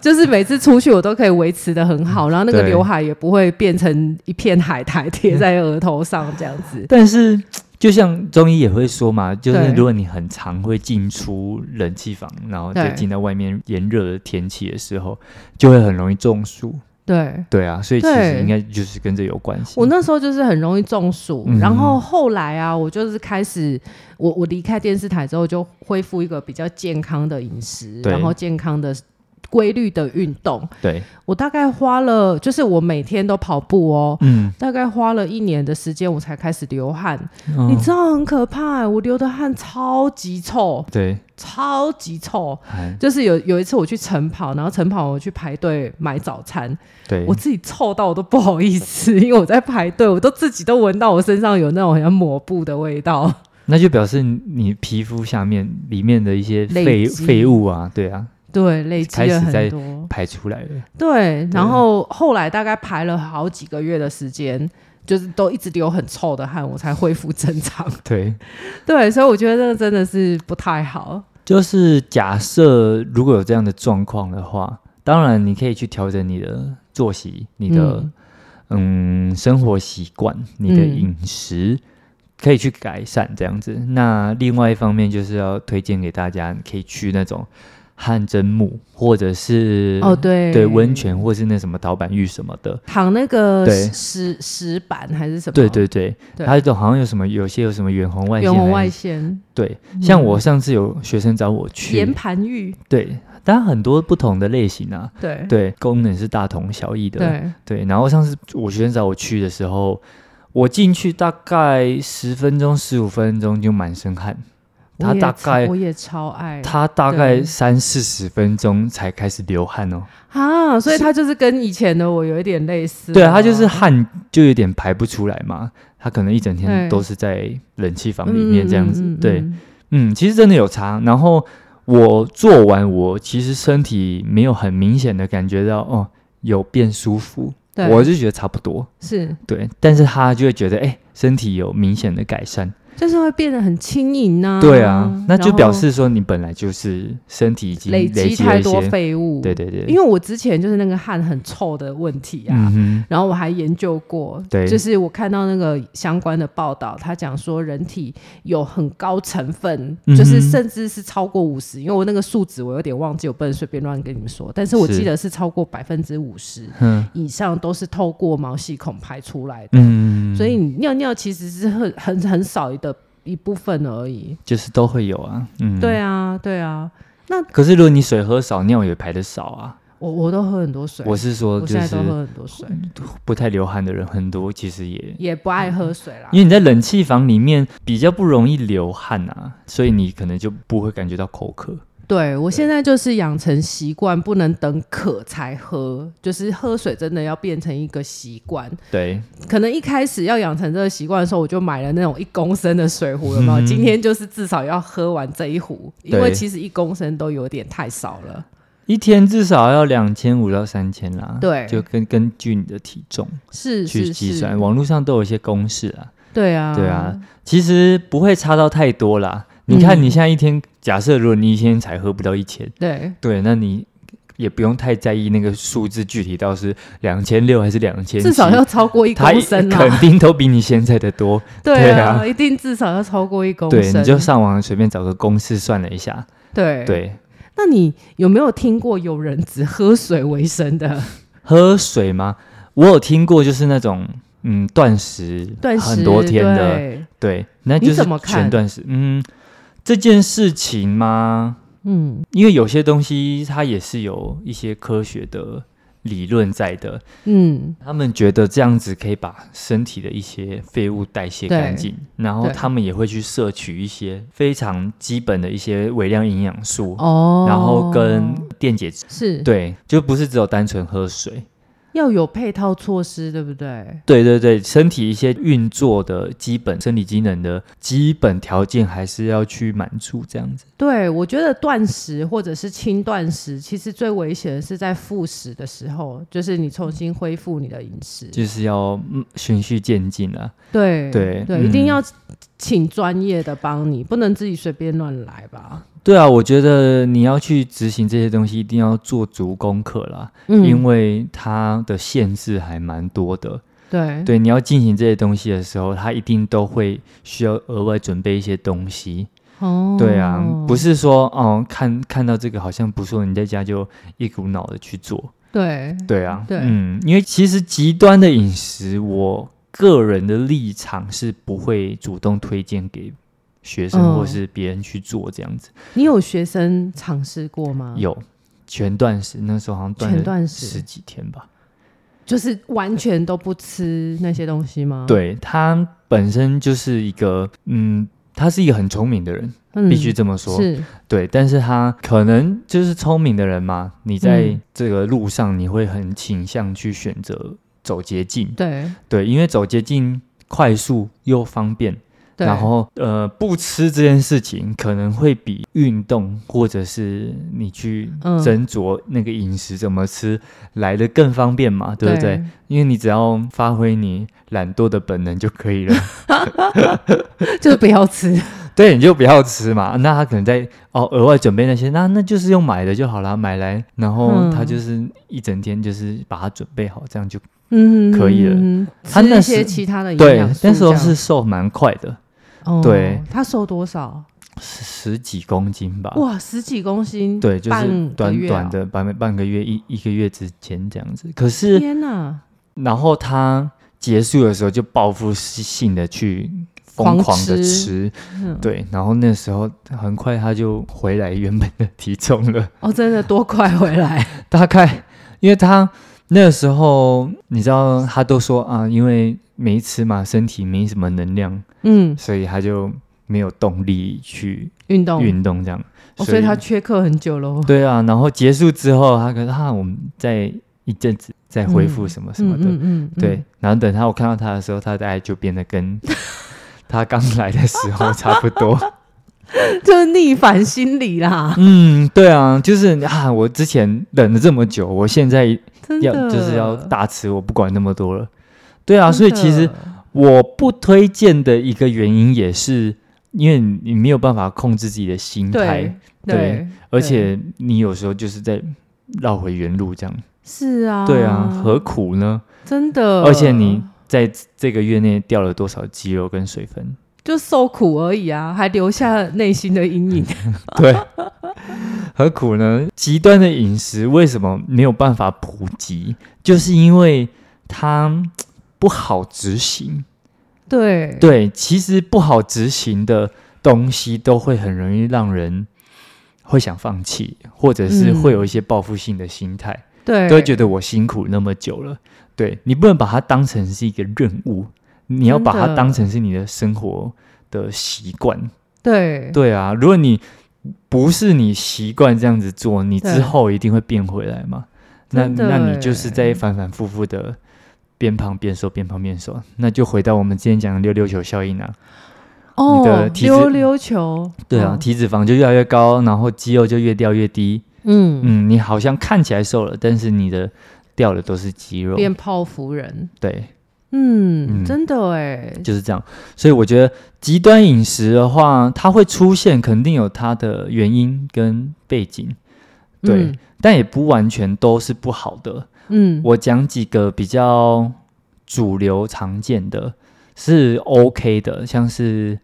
Speaker 2: 就是每次出去我都可以维持的很好，然后那个
Speaker 1: 对嗯
Speaker 2: 刘海也不会变成一片海苔贴在额头上这样子。
Speaker 1: 但是。就像中医也会说嘛，就是
Speaker 2: 对
Speaker 1: 如果你很常会进出冷气房，然后再
Speaker 2: 对
Speaker 1: 进到外面炎热的天气的时候，就会很容易中暑。
Speaker 2: 对，
Speaker 1: 对啊，所以其实
Speaker 2: 对
Speaker 1: 应该就是跟这有关系。
Speaker 2: 我那时候就是很容易中暑，
Speaker 1: 嗯
Speaker 2: 然后后来啊，我就是开始，我我离开电视台之后，就恢复一个比较健康的饮食，
Speaker 1: 对
Speaker 2: 然后健康的规律的运动。
Speaker 1: 对，
Speaker 2: 我大概花了，就是我每天都跑步哦，
Speaker 1: 嗯，
Speaker 2: 大概花了一年的时间，我才开始流汗。
Speaker 1: 哦
Speaker 2: 你知道很可怕、欸，我流的汗超级臭，
Speaker 1: 对，
Speaker 2: 超级臭。
Speaker 1: 哎
Speaker 2: 就是有有一次我去晨跑，然后晨跑我去排队买早餐，
Speaker 1: 对，
Speaker 2: 我自己臭到我都不好意思，因为我在排队，我都自己都闻到我身上有那种很像抹布的味道。
Speaker 1: 那就表示你皮肤下面里面的一些
Speaker 2: 累
Speaker 1: 废
Speaker 2: 积
Speaker 1: 废物啊，对啊，
Speaker 2: 对，累积了
Speaker 1: 开始在
Speaker 2: 很多。
Speaker 1: 排出来了。
Speaker 2: 对，然后后来大概排了好几个月的时间，就是都一直流很臭的汗，我才恢复正常。
Speaker 1: 对，
Speaker 2: 对，所以我觉得这个真的是不太好。
Speaker 1: 就是假设如果有这样的状况的话，当然你可以去调整你的作息、
Speaker 2: 嗯
Speaker 1: 你的嗯生活习惯、你的
Speaker 2: 嗯
Speaker 1: 饮食。可以去改善这样子。那另外一方面就是要推荐给大家，你可以去那种汗蒸木，或者是
Speaker 2: 哦，对
Speaker 1: 对温泉，或是那什么陶板浴什么的。
Speaker 2: 躺那个
Speaker 1: 对
Speaker 2: 石石板还是什么？
Speaker 1: 对对对，
Speaker 2: 对
Speaker 1: 还有一种好像有什么，有些有什么远红外线
Speaker 2: 远
Speaker 1: 还是，
Speaker 2: 红外线、嗯
Speaker 1: 对，像我上次有学生找我
Speaker 2: 岩
Speaker 1: 去，
Speaker 2: 盘浴，
Speaker 1: 对，当然很多不同的类型啊，
Speaker 2: 对
Speaker 1: 对，功能是大同小异的，
Speaker 2: 对，
Speaker 1: 对然后上次我学生找我去的时候，我进去大概十分钟、十五分钟就满身汗，
Speaker 2: 我
Speaker 1: 他
Speaker 2: 也
Speaker 1: 大
Speaker 2: 超
Speaker 1: 概
Speaker 2: 我也超爱
Speaker 1: 他大概
Speaker 2: 对
Speaker 1: 三四十分钟才开始流汗哦，
Speaker 2: 啊，所以他就是跟以前的我有一点类似。
Speaker 1: 对啊，他就是汗就有点排不出来嘛，他可能一整天
Speaker 2: 对
Speaker 1: 都是在冷气房里面这样子，对。
Speaker 2: 嗯嗯
Speaker 1: 嗯，其实真的有差。然后我做完，我其实身体没有很明显的感觉到哦有变舒服，
Speaker 2: 对，
Speaker 1: 我就觉得差不多。
Speaker 2: 是
Speaker 1: 对，但是他就会觉得哎、身体有明显的改善。
Speaker 2: 就是会变得很轻盈呐。
Speaker 1: 对啊，那
Speaker 2: 嗯然
Speaker 1: 就
Speaker 2: 后
Speaker 1: 表示说你本来就是身体已经
Speaker 2: 累积
Speaker 1: 积
Speaker 2: 太
Speaker 1: 了一
Speaker 2: 多
Speaker 1: 些，
Speaker 2: 废物。
Speaker 1: 对对对，
Speaker 2: 因为我之前就是那个汗很臭的问题啊。
Speaker 1: 嗯
Speaker 2: 然后我还研究过，
Speaker 1: 对
Speaker 2: 就是我看到那个相关的报道，他讲说人体有很高成分，
Speaker 1: 嗯哼
Speaker 2: 就是甚至是超过五十，因为我那个数值我有点忘记，我不能随便乱跟你们说，但是我
Speaker 1: 是
Speaker 2: 记得是超过百分之五十
Speaker 1: 哼，嗯
Speaker 2: 以上都是透过毛细孔排出来的，
Speaker 1: 嗯，
Speaker 2: 所以你尿尿其实是很很很少的一部分而已。
Speaker 1: 嗯就是都会有啊，嗯，
Speaker 2: 对。啊，对啊，
Speaker 1: 可是如果你水喝少，尿也排的少啊。
Speaker 2: 我我都喝很多水，
Speaker 1: 我是说，
Speaker 2: 我现
Speaker 1: 就
Speaker 2: 在
Speaker 1: 是
Speaker 2: 都喝很多水，
Speaker 1: 不太流汗的人很多，其实也
Speaker 2: 也不爱喝水啦。
Speaker 1: 因为你在冷气房里面比较不容易流汗啊，所以你可能就不会感觉到口渴。
Speaker 2: 对我现在就是养成习惯，不能等渴才喝，就是喝水真的要变成一个习惯。
Speaker 1: 对，
Speaker 2: 可能一开始要养成这个习惯的时候，我就买了那种一公升的水壶，有没有？
Speaker 1: 嗯
Speaker 2: 今天就是至少要喝完这一壶，因
Speaker 1: 对啊
Speaker 2: 为其实一公升都有点太少了。
Speaker 1: 一天至少要两千五到三千啦。
Speaker 2: 对
Speaker 1: 就跟根据你的体重
Speaker 2: 是
Speaker 1: 去
Speaker 2: 是
Speaker 1: 计
Speaker 2: 是
Speaker 1: 算，，网络上都有一些公式啊。
Speaker 2: 对啊，
Speaker 1: 对啊，，其实不会差到太多啦。你看，
Speaker 2: 嗯
Speaker 1: 你现在一天，假设如果你一天才喝不到一千，
Speaker 2: 对
Speaker 1: 对，那你也不用太在意那个数字具体到是两千六还是两千，
Speaker 2: 至少要超过一
Speaker 1: 它
Speaker 2: 公升啊
Speaker 1: 肯
Speaker 2: 啦。
Speaker 1: 定都比你现在的多。
Speaker 2: 对
Speaker 1: 对啊
Speaker 2: 一定至少要超过一公
Speaker 1: 对，
Speaker 2: 升。
Speaker 1: 你就上网随便找个公式算了一下，
Speaker 2: 对。
Speaker 1: 对，
Speaker 2: 那你有没有听过有人只喝水为生的？
Speaker 1: 喝水吗？我有听过，就是那种嗯断食
Speaker 2: 断食
Speaker 1: 很多天的，
Speaker 2: 对
Speaker 1: 对，那
Speaker 2: 你
Speaker 1: 就是
Speaker 2: 怎么看
Speaker 1: 全断食。嗯，这件事情吗？
Speaker 2: 嗯，
Speaker 1: 因为有些东西它也是有一些科学的理论在的，
Speaker 2: 嗯，
Speaker 1: 他们觉得这样子可以把身体的一些废物代谢
Speaker 2: 对
Speaker 1: 干净，然后
Speaker 2: 对
Speaker 1: 他们也会去摄取一些非常基本的一些微量营养素，
Speaker 2: 哦，
Speaker 1: 然后跟电解质。
Speaker 2: 是
Speaker 1: 对，就不是只有单纯喝水，
Speaker 2: 要有配套措施，对不对？
Speaker 1: 对对对，身体一些运作的基本生理机能的基本条件还是要去满足这样子。
Speaker 2: 对，我觉得断食或者是轻断食，其实最危险的是在复食的时候，就是你重新恢复你的饮食。
Speaker 1: 就是要嗯循序渐进啊，
Speaker 2: 对
Speaker 1: 对
Speaker 2: 对，
Speaker 1: 嗯
Speaker 2: 一定要请专业的帮你，不能自己随便乱来吧。
Speaker 1: 对啊，我觉得你要去执行这些东西，一定要做足功课啦，
Speaker 2: 嗯
Speaker 1: 因为它的限制还蛮多的。
Speaker 2: 对
Speaker 1: 对，你要进行这些东西的时候，它一定都会需要额外准备一些东西。
Speaker 2: 哦，
Speaker 1: 对啊，不是说哦，看看到这个好像不错，你在家就一股脑的去做。
Speaker 2: 对
Speaker 1: 对啊，
Speaker 2: 对
Speaker 1: 嗯，因为其实极端的饮食，我个人的立场是不会主动推荐给学生
Speaker 2: 嗯
Speaker 1: 或是别人去做这样子。
Speaker 2: 你有学生尝试过吗？，
Speaker 1: 有全断食，那时候好像断
Speaker 2: 全
Speaker 1: 了
Speaker 2: 断
Speaker 1: 十
Speaker 2: 食
Speaker 1: 几天吧。
Speaker 2: 嗯就是完全都不吃那些东西吗？，
Speaker 1: 对他本身就是一个，嗯，他是一个很聪明的人，
Speaker 2: 嗯
Speaker 1: 必须这么说。
Speaker 2: 是
Speaker 1: 对，但是他可能就是聪明的人嘛，你在
Speaker 2: 嗯
Speaker 1: 这个路上你会很倾向去选择走捷径，
Speaker 2: 对
Speaker 1: 对，因为走捷径快速又方便。
Speaker 2: 对，
Speaker 1: 然后，呃，不吃这件事情可能会比运动或者是你去
Speaker 2: 嗯
Speaker 1: 斟酌那个饮食怎么吃、来的更方便嘛，对不对？因为你只要发挥你懒惰的本能就可以了，
Speaker 2: 对？就是不要吃，
Speaker 1: 对，你就不要吃嘛。那他可能在哦额外准备那些，那那就是用买的就好啦，买来，然后
Speaker 2: 嗯
Speaker 1: 他就是一整天就是把它准备好，这样就
Speaker 2: 嗯，
Speaker 1: 可以了
Speaker 2: 嗯
Speaker 1: 他
Speaker 2: 吃
Speaker 1: 那
Speaker 2: 一
Speaker 1: 时
Speaker 2: 些其他的营
Speaker 1: 对
Speaker 2: 养素。
Speaker 1: 那时候
Speaker 2: 这样
Speaker 1: 是，瘦蛮快的，
Speaker 2: 哦
Speaker 1: 对，啊
Speaker 2: 他瘦多少？
Speaker 1: 十十几公斤吧。
Speaker 2: 哇，十几公斤，
Speaker 1: 对，就
Speaker 2: 半
Speaker 1: 是
Speaker 2: 个
Speaker 1: 短
Speaker 2: 月
Speaker 1: 短
Speaker 2: 啊
Speaker 1: 的半半个月一一个月之间这样子。可是
Speaker 2: 天哪，
Speaker 1: 然后他结束的时候就报复性的去疯
Speaker 2: 狂
Speaker 1: 狂的
Speaker 2: 吃
Speaker 1: 吃，
Speaker 2: 嗯
Speaker 1: 对，然后那时候很快他就回来原本的体重了，
Speaker 2: 哦，真的多快回来，
Speaker 1: 大概因为他那时候你知道他都说啊，因为没吃嘛，身体没什么能量，
Speaker 2: 嗯，
Speaker 1: 所以他就没有动力去
Speaker 2: 运动，
Speaker 1: 运动这样，
Speaker 2: 哦所以他缺课很久喽。
Speaker 1: 对啊，然后结束之后他可能啊，我们再一阵子再恢复什么什么的，
Speaker 2: 嗯嗯，嗯
Speaker 1: 对，，然后等他我看到他的时候，他大概就变得 跟他刚来的时候差不多。
Speaker 2: 就是逆反心理啦，
Speaker 1: 嗯，对啊，就是啊，我之前忍了这么久，我现在
Speaker 2: 真
Speaker 1: 要
Speaker 2: 的
Speaker 1: 就是要大吃，我不管那么多了。对啊，所以其实
Speaker 2: 真的
Speaker 1: 我不推荐的一个原因也是。因为你没有办法控制自己的心态
Speaker 2: 对，对，
Speaker 1: 而且你有时候就是在绕回原路这样。
Speaker 2: 是啊，
Speaker 1: 对啊，何苦呢？
Speaker 2: 真的，
Speaker 1: 而且你在这个月内掉了多少肌肉跟水分？
Speaker 2: 就受苦而已啊，还留下内心的阴影。
Speaker 1: 对，何苦呢？极端的饮食为什么没有办法普及？就是因为它嗯不好执行。
Speaker 2: 对
Speaker 1: 对，其实不好执行的东西都会很容易让人会想放弃，或者是
Speaker 2: 嗯
Speaker 1: 会有一些报复性的心态，
Speaker 2: 对，
Speaker 1: 都会觉得我辛苦那么久了。对你不能把它当成是一个任务，你要把它
Speaker 2: 真的
Speaker 1: 当成是你的生活的习惯。
Speaker 2: 对
Speaker 1: 对啊，如果你不是你习惯这样子做，你
Speaker 2: 对
Speaker 1: 之后一定会变回来嘛？那
Speaker 2: 真的
Speaker 1: 那你
Speaker 2: 欸
Speaker 1: 就是在反反复复的边胖边瘦，边胖边瘦，那就回到我们之前讲的溜溜球效应啊。你的
Speaker 2: 哦，
Speaker 1: 体脂
Speaker 2: 溜溜球，
Speaker 1: 对啊，
Speaker 2: 哦，
Speaker 1: 体脂肪就越来越高，然后肌肉就越掉越低。
Speaker 2: 嗯，
Speaker 1: 嗯，你好像看起来瘦了，但是你的掉的都是肌肉。
Speaker 2: 变泡芙人，
Speaker 1: 对，
Speaker 2: 嗯，
Speaker 1: 嗯
Speaker 2: 真的哎，
Speaker 1: 就是这样。所以我觉得极端饮食的话，它会出现，肯定有它的原因跟背景。对，
Speaker 2: 嗯
Speaker 1: 但也不完全都是不好的。
Speaker 2: 嗯，
Speaker 1: 我讲几个比较主流常见的，是 OK 的，像是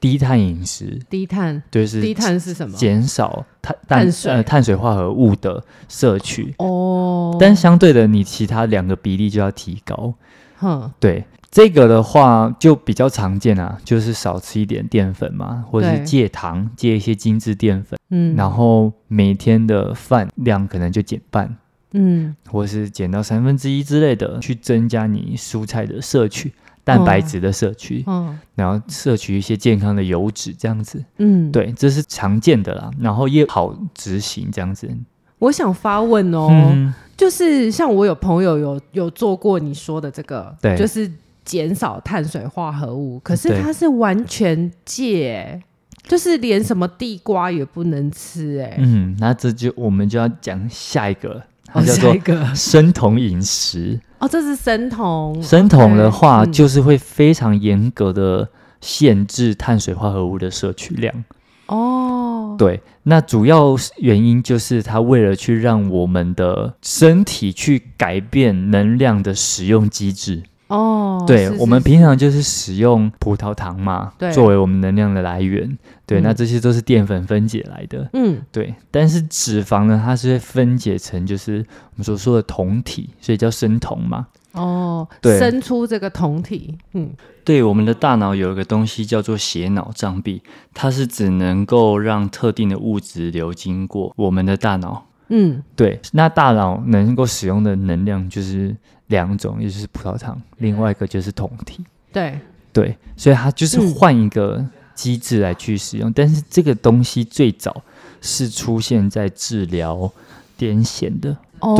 Speaker 1: 低碳饮食，
Speaker 2: 低碳，
Speaker 1: 就是
Speaker 2: 低碳是什么？
Speaker 1: 减少碳
Speaker 2: 碳水
Speaker 1: 呃碳水化合物的摄取，
Speaker 2: 哦，
Speaker 1: 但相对的，你其他两个比例就要提高。
Speaker 2: 哼，
Speaker 1: 对这个的话，就比较常见啊，就是少吃一点淀粉嘛，或者
Speaker 2: 对
Speaker 1: 是戒糖，戒一些精致淀粉，
Speaker 2: 嗯，
Speaker 1: 然后每天的饭量可能就减半，
Speaker 2: 嗯，
Speaker 1: 或是减到三分之一之类的，去增加你蔬菜的摄取、蛋白质的摄取，
Speaker 2: 哦，
Speaker 1: 然后摄取一些健康的油脂，这样子。
Speaker 2: 嗯，，
Speaker 1: 对，这是常见的啦，然后也好执行这样子。
Speaker 2: 我想发问哦，
Speaker 1: 嗯，
Speaker 2: 就是像我有朋友有有做过你说的这个，
Speaker 1: 对
Speaker 2: 就是减少碳水化合物，可是
Speaker 1: 对
Speaker 2: 他是完全戒、欸就是连什么地瓜也不能吃、哎、
Speaker 1: 嗯，那这就我们就要讲下一个了，它
Speaker 2: 哦，
Speaker 1: 叫
Speaker 2: 下
Speaker 1: 做
Speaker 2: 一个
Speaker 1: 生酮饮食。
Speaker 2: 哦，这是生酮，
Speaker 1: 生酮的话，
Speaker 2: OK，嗯
Speaker 1: 就是会非常严格的限制碳水化合物的摄取量。
Speaker 2: 哦，
Speaker 1: 对，那主要原因就是它为了去让我们的身体去改变能量的使用机制。
Speaker 2: 哦，
Speaker 1: 对
Speaker 2: 是
Speaker 1: 我们
Speaker 2: 是
Speaker 1: 平常就是使用葡萄糖嘛
Speaker 2: 对，
Speaker 1: 作为我们能量的来源。对，
Speaker 2: 嗯
Speaker 1: 那这些都是淀粉分解来的。
Speaker 2: 嗯
Speaker 1: 对，但是脂肪呢，它是会分解成就是我们所说的酮体，所以叫生酮嘛。
Speaker 2: 哦，
Speaker 1: 对
Speaker 2: 生出这个酮体，嗯
Speaker 1: 对我们的大脑有一个东西叫做血脑障壁，它是只能够让特定的物质流经过我们的大脑。
Speaker 2: 嗯
Speaker 1: 对，那大脑能够使用的能量就是两种，也就是葡萄糖，另外一个就是酮体。
Speaker 2: 对，
Speaker 1: 对，所以它就是
Speaker 2: 嗯
Speaker 1: 换一个机制来去使用，但是这个东西最早是出现在治疗癫痫的。
Speaker 2: 哦，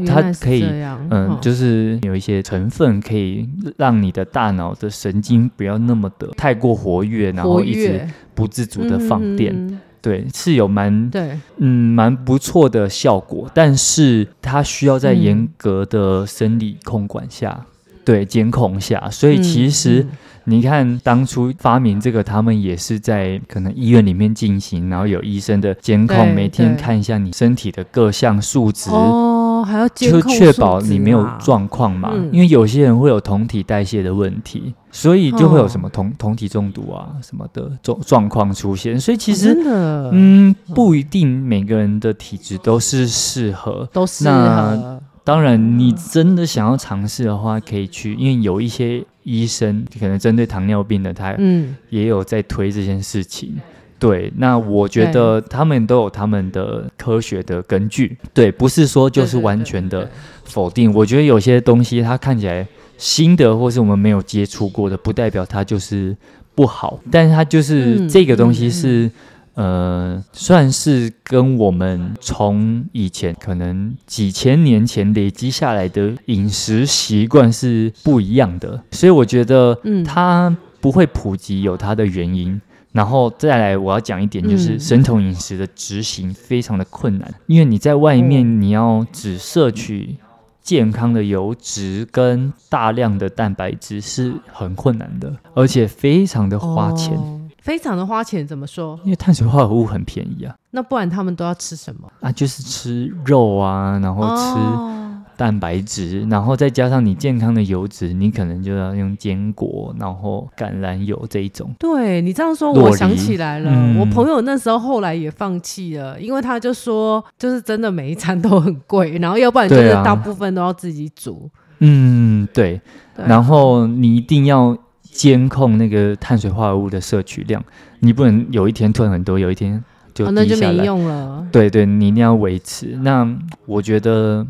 Speaker 2: 原
Speaker 1: 它
Speaker 2: 来是
Speaker 1: 可以
Speaker 2: 这样，
Speaker 1: 嗯
Speaker 2: 哦，
Speaker 1: 就是有一些成分可以让你的大脑的神经不要那么的太过活跃，然后
Speaker 2: 活
Speaker 1: 一直
Speaker 2: 跃
Speaker 1: 不自主的放电，
Speaker 2: 嗯嗯嗯嗯
Speaker 1: 对，是有蛮
Speaker 2: 对，
Speaker 1: 嗯蛮不错的效果，但是它需要在
Speaker 2: 嗯
Speaker 1: 严格的生理控管下，对监控下，所以其实
Speaker 2: 嗯嗯
Speaker 1: 你看当初发明这个，他们也是在可能医院里面进行，然后有医生的监
Speaker 2: 对
Speaker 1: 控，每天
Speaker 2: 对
Speaker 1: 看一下你身体的各项数值。
Speaker 2: 哦，还要监
Speaker 1: 就
Speaker 2: 控
Speaker 1: 确
Speaker 2: 数
Speaker 1: 保
Speaker 2: 值啊
Speaker 1: 你没有
Speaker 2: 嘛
Speaker 1: 状况嘛，
Speaker 2: 嗯
Speaker 1: 因为有些人会有酮体代谢的问题，所以就会有什
Speaker 2: 哦
Speaker 1: 么酮酮体中毒啊什么的状状况出现。所以其
Speaker 2: 哦
Speaker 1: 实，
Speaker 2: 真的，
Speaker 1: 嗯，不一定每个人的体质都是适合。
Speaker 2: 都啊适
Speaker 1: 那
Speaker 2: 合。
Speaker 1: 当然，你真的想要尝试的话，可以去，因为有一些医生可能针对糖尿病的，他
Speaker 2: 嗯，
Speaker 1: 也有在推这件事情。对，那我觉得他们都有他们的科学的根据，对，不是说就是
Speaker 2: 对对
Speaker 1: 完
Speaker 2: 对
Speaker 1: 全
Speaker 2: 对
Speaker 1: 的否定。我觉得有些东西它看起来新的，或是我们没有接触过的，不代表它就是不好，但是它就是、
Speaker 2: 嗯
Speaker 1: 这个东西是。呃，算是跟我们从以前可能几千年前累积下来的饮食习惯是不一样的，所以我觉得
Speaker 2: 嗯
Speaker 1: 它不会普及有它的原因。然后再来，我要讲一点，就
Speaker 2: 嗯
Speaker 1: 是生酮饮食的执行非常的困难，因为你在外面你要只摄取健康的油脂跟大量的蛋白质是很困难的，而且非常的花钱，
Speaker 2: 哦非常的花钱。怎么说？
Speaker 1: 因为碳水化合物很便宜啊，
Speaker 2: 那不然他们都要吃什么？
Speaker 1: 啊就是吃肉啊，然后吃
Speaker 2: 哦
Speaker 1: 蛋白质，然后再加上你健康的油脂，你可能就要用坚果，然后橄榄油这一种。
Speaker 2: 对你这样说，
Speaker 1: 洛
Speaker 2: 我
Speaker 1: 梨
Speaker 2: 想起来了，
Speaker 1: 嗯
Speaker 2: 我朋友那时候后来也放弃了，因为他就说，就是真的每一餐都很贵，然后要不然就是
Speaker 1: 对啊
Speaker 2: 大部分都要自己煮。
Speaker 1: 嗯，对。
Speaker 2: 对
Speaker 1: 然后你一定要监控那个碳水化合物的摄取量，你不能有一天吞很多，有一天就
Speaker 2: 哦那
Speaker 1: 低
Speaker 2: 就
Speaker 1: 下
Speaker 2: 没
Speaker 1: 来。
Speaker 2: 用了。
Speaker 1: 对对，你一定要维持。那我觉得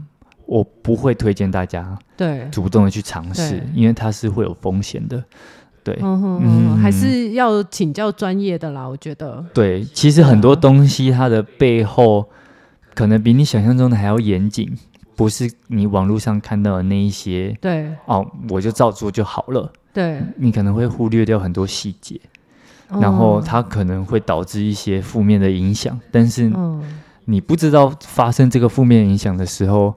Speaker 1: 我不会推荐大家
Speaker 2: 对，
Speaker 1: 主动的去尝试
Speaker 2: 对，
Speaker 1: 因为它是会有风险的。对、
Speaker 2: 嗯哼
Speaker 1: 嗯
Speaker 2: 哼，还是要请教专业的啦，我觉得。
Speaker 1: 对，其实很
Speaker 2: 啊
Speaker 1: 多东西它的背后可能比你想象中的还要严谨，不是你网络上看到的那一些
Speaker 2: 对
Speaker 1: 哦，我就照做就好了。
Speaker 2: 对，
Speaker 1: 你可能会忽略掉很多细节，然后
Speaker 2: 嗯
Speaker 1: 它可能会导致一些负面的影响，但是
Speaker 2: 嗯
Speaker 1: 你不知道发生这个负面影响的时候，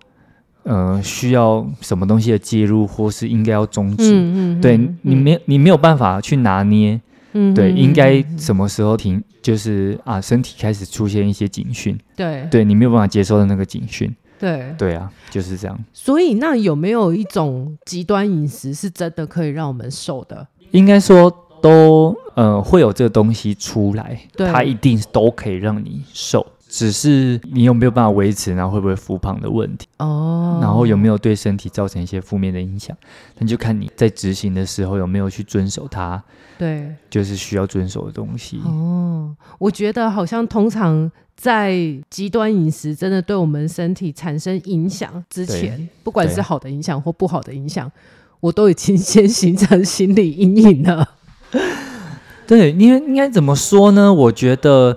Speaker 1: 呃，需要什么东西的介入，或是应该要终止。
Speaker 2: 嗯嗯，
Speaker 1: 对
Speaker 2: 嗯
Speaker 1: 你，没你没有办法去拿捏，
Speaker 2: 嗯
Speaker 1: 对，
Speaker 2: 嗯
Speaker 1: 应该
Speaker 2: 嗯
Speaker 1: 什么时候停，就是啊，身体开始出现一些警讯，
Speaker 2: 对
Speaker 1: 对你没有办法接受的那个警讯，
Speaker 2: 对。
Speaker 1: 对啊，就是这样。
Speaker 2: 所以，那有没有一种极端饮食是真的可以让我们瘦的？
Speaker 1: 应该说都呃会有这个东西出来，
Speaker 2: 对
Speaker 1: 它一定都可以让你瘦，只是你有没有办法维持，然后会不会复胖的问题，
Speaker 2: 哦，
Speaker 1: 然后有没有对身体造成一些负面的影响，那就看你在执行的时候有没有去遵守它，
Speaker 2: 对
Speaker 1: 就是需要遵守的东西。
Speaker 2: 哦，我觉得好像通常在极端饮食真的对我们身体产生影响之
Speaker 1: 对
Speaker 2: 前，不管
Speaker 1: 对
Speaker 2: 是好的影响或不好的影响，我都已经先形成心理阴影了。
Speaker 1: 对，因为应该怎么说呢？我觉得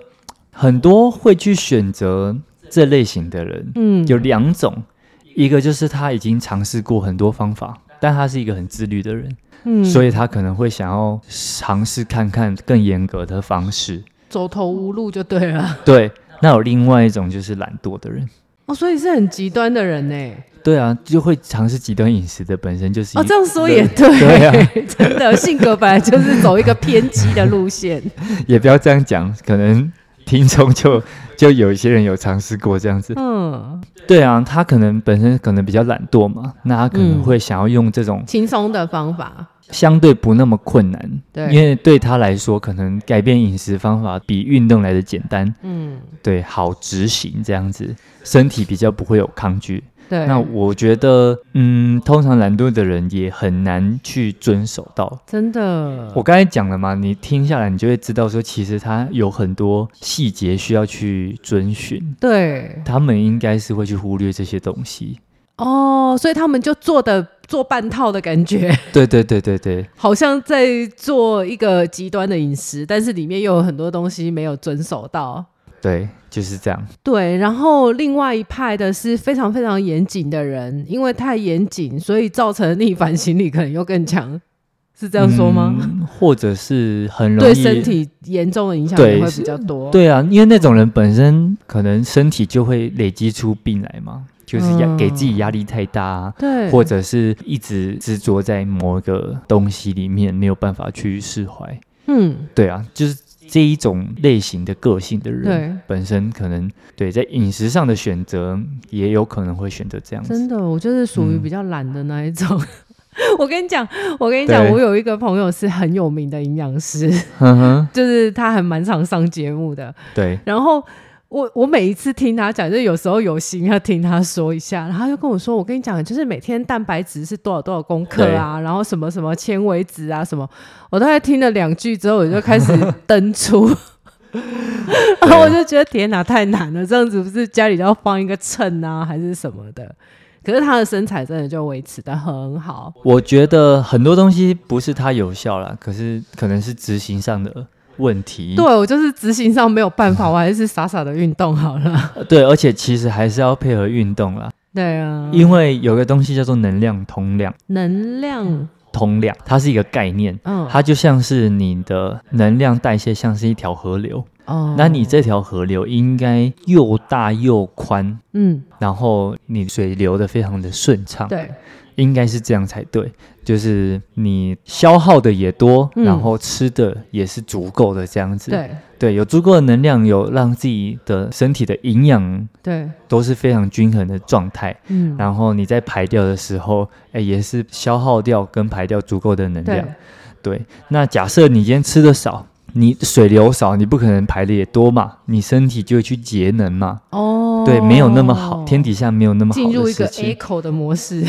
Speaker 1: 很多会去选择这类型的人，
Speaker 2: 嗯，
Speaker 1: 有两种，一个就是他已经尝试过很多方法，但他是一个很自律的人。
Speaker 2: 嗯，
Speaker 1: 所
Speaker 2: 以
Speaker 1: 以他可能会想要尝试看看更严格的方式。
Speaker 2: 走投无路就对了。
Speaker 1: 对，那有另外一种就是懒惰的人，
Speaker 2: 哦，所以是很极端的人欸呢。
Speaker 1: 对啊，就会尝试极端饮食的本身就是一
Speaker 2: 哦，这样说也对，
Speaker 1: 对啊
Speaker 2: 真的性格本来就是走一个偏激的 路线。
Speaker 1: 也不要这样讲，可能听众就 就有一些人有尝试过这样子。
Speaker 2: 嗯，
Speaker 1: 对啊，他可能本身可能比较懒惰嘛，那他可能
Speaker 2: 嗯
Speaker 1: 会想要用这种
Speaker 2: 轻松的方法。
Speaker 1: 相对不那么困难，
Speaker 2: 对
Speaker 1: 因为对他来说，可能改变饮食方法比运动来的简单，
Speaker 2: 嗯，
Speaker 1: 对，好执行这样子，身体比较不会有抗拒。
Speaker 2: 对。
Speaker 1: 那我觉得，嗯，通常懒惰的人也很难去遵守到。
Speaker 2: 真的，
Speaker 1: 我刚才讲了嘛，你听下来，你就会知道说，其实他有很多细节需要去遵循，
Speaker 2: 对
Speaker 1: 他们应该是会去忽略这些东西。
Speaker 2: 哦，所以他们就做的做半套的感觉，
Speaker 1: 对对对对对
Speaker 2: 好像在做一个极端的饮食，但是里面又有很多东西没有遵守到。
Speaker 1: 对，就是这样。
Speaker 2: 对，然后另外一派的是非常非常严谨的人，因为太严谨，所以造成逆反心理可能又更强，是这样说吗？
Speaker 1: 嗯或者是很容易
Speaker 2: 对身体严重的影响
Speaker 1: 对
Speaker 2: 也会
Speaker 1: 是
Speaker 2: 比较多。
Speaker 1: 对啊，因为那种人本身可能身体就会累积出病来嘛，就是压、
Speaker 2: 嗯
Speaker 1: 给自己压力太大、啊，
Speaker 2: 对，
Speaker 1: 或者是一直执着在某一个东西里面，没有办法去释怀。
Speaker 2: 嗯，
Speaker 1: 对啊，就是这一种类型的个性的人，
Speaker 2: 对，
Speaker 1: 本身可能对在饮食上的选择，也有可能会选择这样
Speaker 2: 真
Speaker 1: 子。
Speaker 2: 的，我就是属于
Speaker 1: 嗯
Speaker 2: 比较懒的那一种。 我跟你讲，我跟你讲，
Speaker 1: 对
Speaker 2: 我有一个朋友是很有名的营养师，
Speaker 1: 哼哼，
Speaker 2: 就是他还蛮常上节目的。
Speaker 1: 对，
Speaker 2: 然后我我每一次听他讲，就是有时候有心要听他说一下，然后他就跟我说，我跟你讲，就是每天蛋白质是多少多少公克啊，然后什么什么纤维质啊什么，我大概听了两句之后，我就开始登 出。啊然后我就觉得天哪，太难了！这样子不是家里要放一个秤啊，还是什么的？可是他的身材真的就维持的很好，
Speaker 1: 我觉得很多东西不是它有效啦，可是可能是执行上的问题。
Speaker 2: 对我就是执行上没有办法，我还是傻傻的运动好了。
Speaker 1: 呃对，而且其实还是要配合运动啦，
Speaker 2: 对啊，
Speaker 1: 因为有个东西叫做能量通量，
Speaker 2: 能量，
Speaker 1: 通量它是一个概念。
Speaker 2: 嗯，
Speaker 1: 它就像是你的能量代谢，像是一条河流，
Speaker 2: 哦，
Speaker 1: 那你这条河流应该又大又宽，
Speaker 2: 嗯，
Speaker 1: 然后你水流的非常的顺畅，
Speaker 2: 对，
Speaker 1: 应该是这样才对。就是你消耗的也多，
Speaker 2: 嗯
Speaker 1: 然后吃的也是足够的这样子。
Speaker 2: 对，
Speaker 1: 对有足够的能量，有让自己的身体的营养
Speaker 2: 对，
Speaker 1: 都是非常均衡的状态。
Speaker 2: 嗯，
Speaker 1: 然后你在排掉的时候，哎，也是消耗掉跟排掉足够的能量
Speaker 2: 对。，
Speaker 1: 对，那假设你今天吃的少，你水流少，你不可能排的也多嘛，你身体就会去节能嘛。
Speaker 2: 哦，
Speaker 1: 对，没有那么好，天底下没有那么好
Speaker 2: 进入
Speaker 1: 的
Speaker 2: 一个
Speaker 1: 事
Speaker 2: A
Speaker 1: 情。
Speaker 2: 口的模式，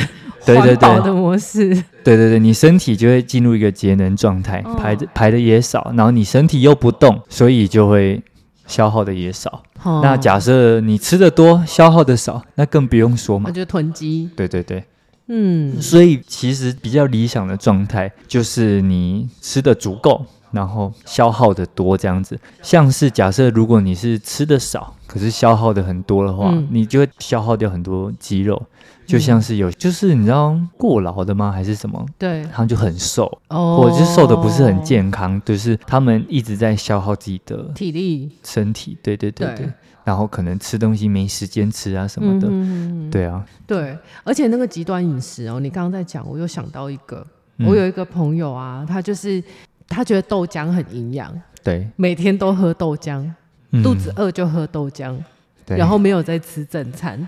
Speaker 1: 对对
Speaker 2: 环保
Speaker 1: 对
Speaker 2: 的模式，
Speaker 1: 对对对，你身体就会进入一个节能状态，
Speaker 2: 哦
Speaker 1: 排的排的也少，然后你身体又不动，所以就会消耗的也少。那
Speaker 2: 那
Speaker 1: 假设你吃的多，消耗的少，那更不用说嘛
Speaker 2: 呃那。就囤积，
Speaker 1: 对对对，
Speaker 2: 嗯，
Speaker 1: 所以其实比较理想的状态就是你吃的足够，然后消耗的多这样子。像是假设如果你是吃的少，可是消耗的很多的话，
Speaker 2: 嗯
Speaker 1: 你就会消耗掉很多肌肉。就像是有，就是你知道过劳的吗？还是什么？
Speaker 2: 对，
Speaker 1: 他们就很瘦，
Speaker 2: 哦，
Speaker 1: 或者是瘦的不是很，健康，就是他们一直在消耗自己的
Speaker 2: 体力
Speaker 1: 身体。对对对
Speaker 2: 对
Speaker 1: 对。然后可能吃东西没时间吃啊什么的。
Speaker 2: 嗯、
Speaker 1: 对啊，
Speaker 2: 对，而且那个极端饮食哦，你刚刚在讲，我又想到一个，
Speaker 1: 嗯
Speaker 2: 我有一个朋友啊，他就是他觉得豆浆很营养，
Speaker 1: 对，
Speaker 2: 每天都喝豆浆，
Speaker 1: 嗯
Speaker 2: 肚子饿就喝豆浆，
Speaker 1: 对嗯
Speaker 2: 然后没有在吃正餐。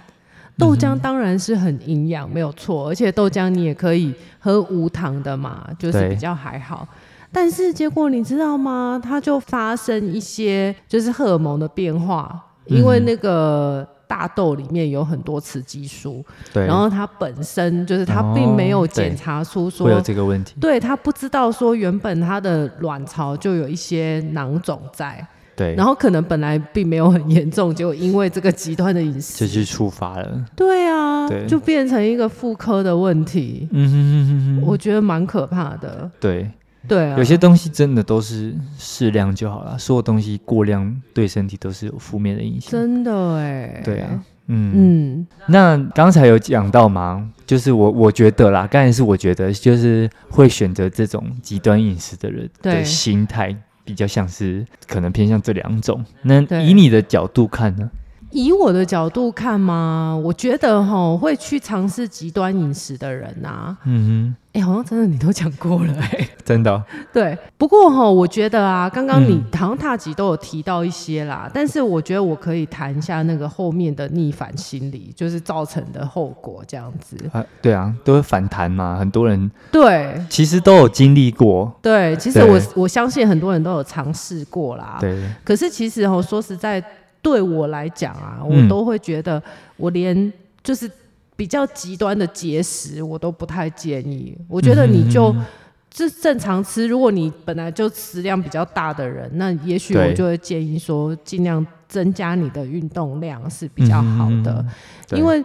Speaker 2: 豆浆当然是很营养，没有错，而且豆浆你也可以喝无糖的嘛，就是
Speaker 1: 对
Speaker 2: 比较还好。但是结果你知道吗？它就发生一些就是荷尔蒙的变化，因为
Speaker 1: 嗯
Speaker 2: 那个大豆里面有很多雌激素，
Speaker 1: 对，
Speaker 2: 然后它本身就是它
Speaker 1: 哦
Speaker 2: 并没有检
Speaker 1: 对
Speaker 2: 查出说
Speaker 1: 哦会有这个问题。
Speaker 2: 对他不知道说原本他的卵巢就有一些囊肿在，
Speaker 1: 对，
Speaker 2: 然后可能本来并没有很严重，结果因为这个极端的饮
Speaker 1: 这
Speaker 2: 食，
Speaker 1: 就触发了。
Speaker 2: 对啊，
Speaker 1: 对
Speaker 2: 就变成一个妇科的问题，
Speaker 1: 嗯哼哼哼哼，
Speaker 2: 我觉得蛮可怕的。
Speaker 1: 对，
Speaker 2: 对啊，
Speaker 1: 有些东西真的都是适量就好了，所有东西过量对身体都是有负面的影响。
Speaker 2: 真的哎，
Speaker 1: 对啊，，嗯，
Speaker 2: 嗯
Speaker 1: 那刚才有讲到嘛，就是我我觉得啦，刚才是我觉得就是会选择这种极端饮食的人
Speaker 2: 对
Speaker 1: 的心态。比较像是可能偏向这两种，那
Speaker 2: 对
Speaker 1: 以你的角度看呢？
Speaker 2: 以我的角度看嘛，我觉得哈会去尝试极端饮食的人啊，
Speaker 1: 嗯
Speaker 2: 哎、好像真的你都讲过了哎、
Speaker 1: 哼，真的哦、
Speaker 2: 对，不过哈，我觉得啊，刚刚你
Speaker 1: 嗯
Speaker 2: 唐踏几都有提到一些啦，但是我觉得我可以谈一下那个后面的逆反心理，就是造成的后果这样子。
Speaker 1: 啊，对啊，都会反弹嘛，很多人
Speaker 2: 对
Speaker 1: 其实都有经历过，
Speaker 2: 对，其实
Speaker 1: 对
Speaker 2: 我我相信很多人都有尝试过啦。，
Speaker 1: 对，
Speaker 2: 可是其实哦，说实在，对我来讲啊，我
Speaker 1: 嗯
Speaker 2: 都会觉得我连就是比较极端的节食，我都不太建议。我觉得你就。
Speaker 1: 嗯
Speaker 2: 这正常吃，如果你本来就食量比较大的人，那也许
Speaker 1: 对
Speaker 2: 我就会建议说，尽量增加你的运动量是比较好
Speaker 1: 嗯
Speaker 2: 的，
Speaker 1: 对
Speaker 2: 因为。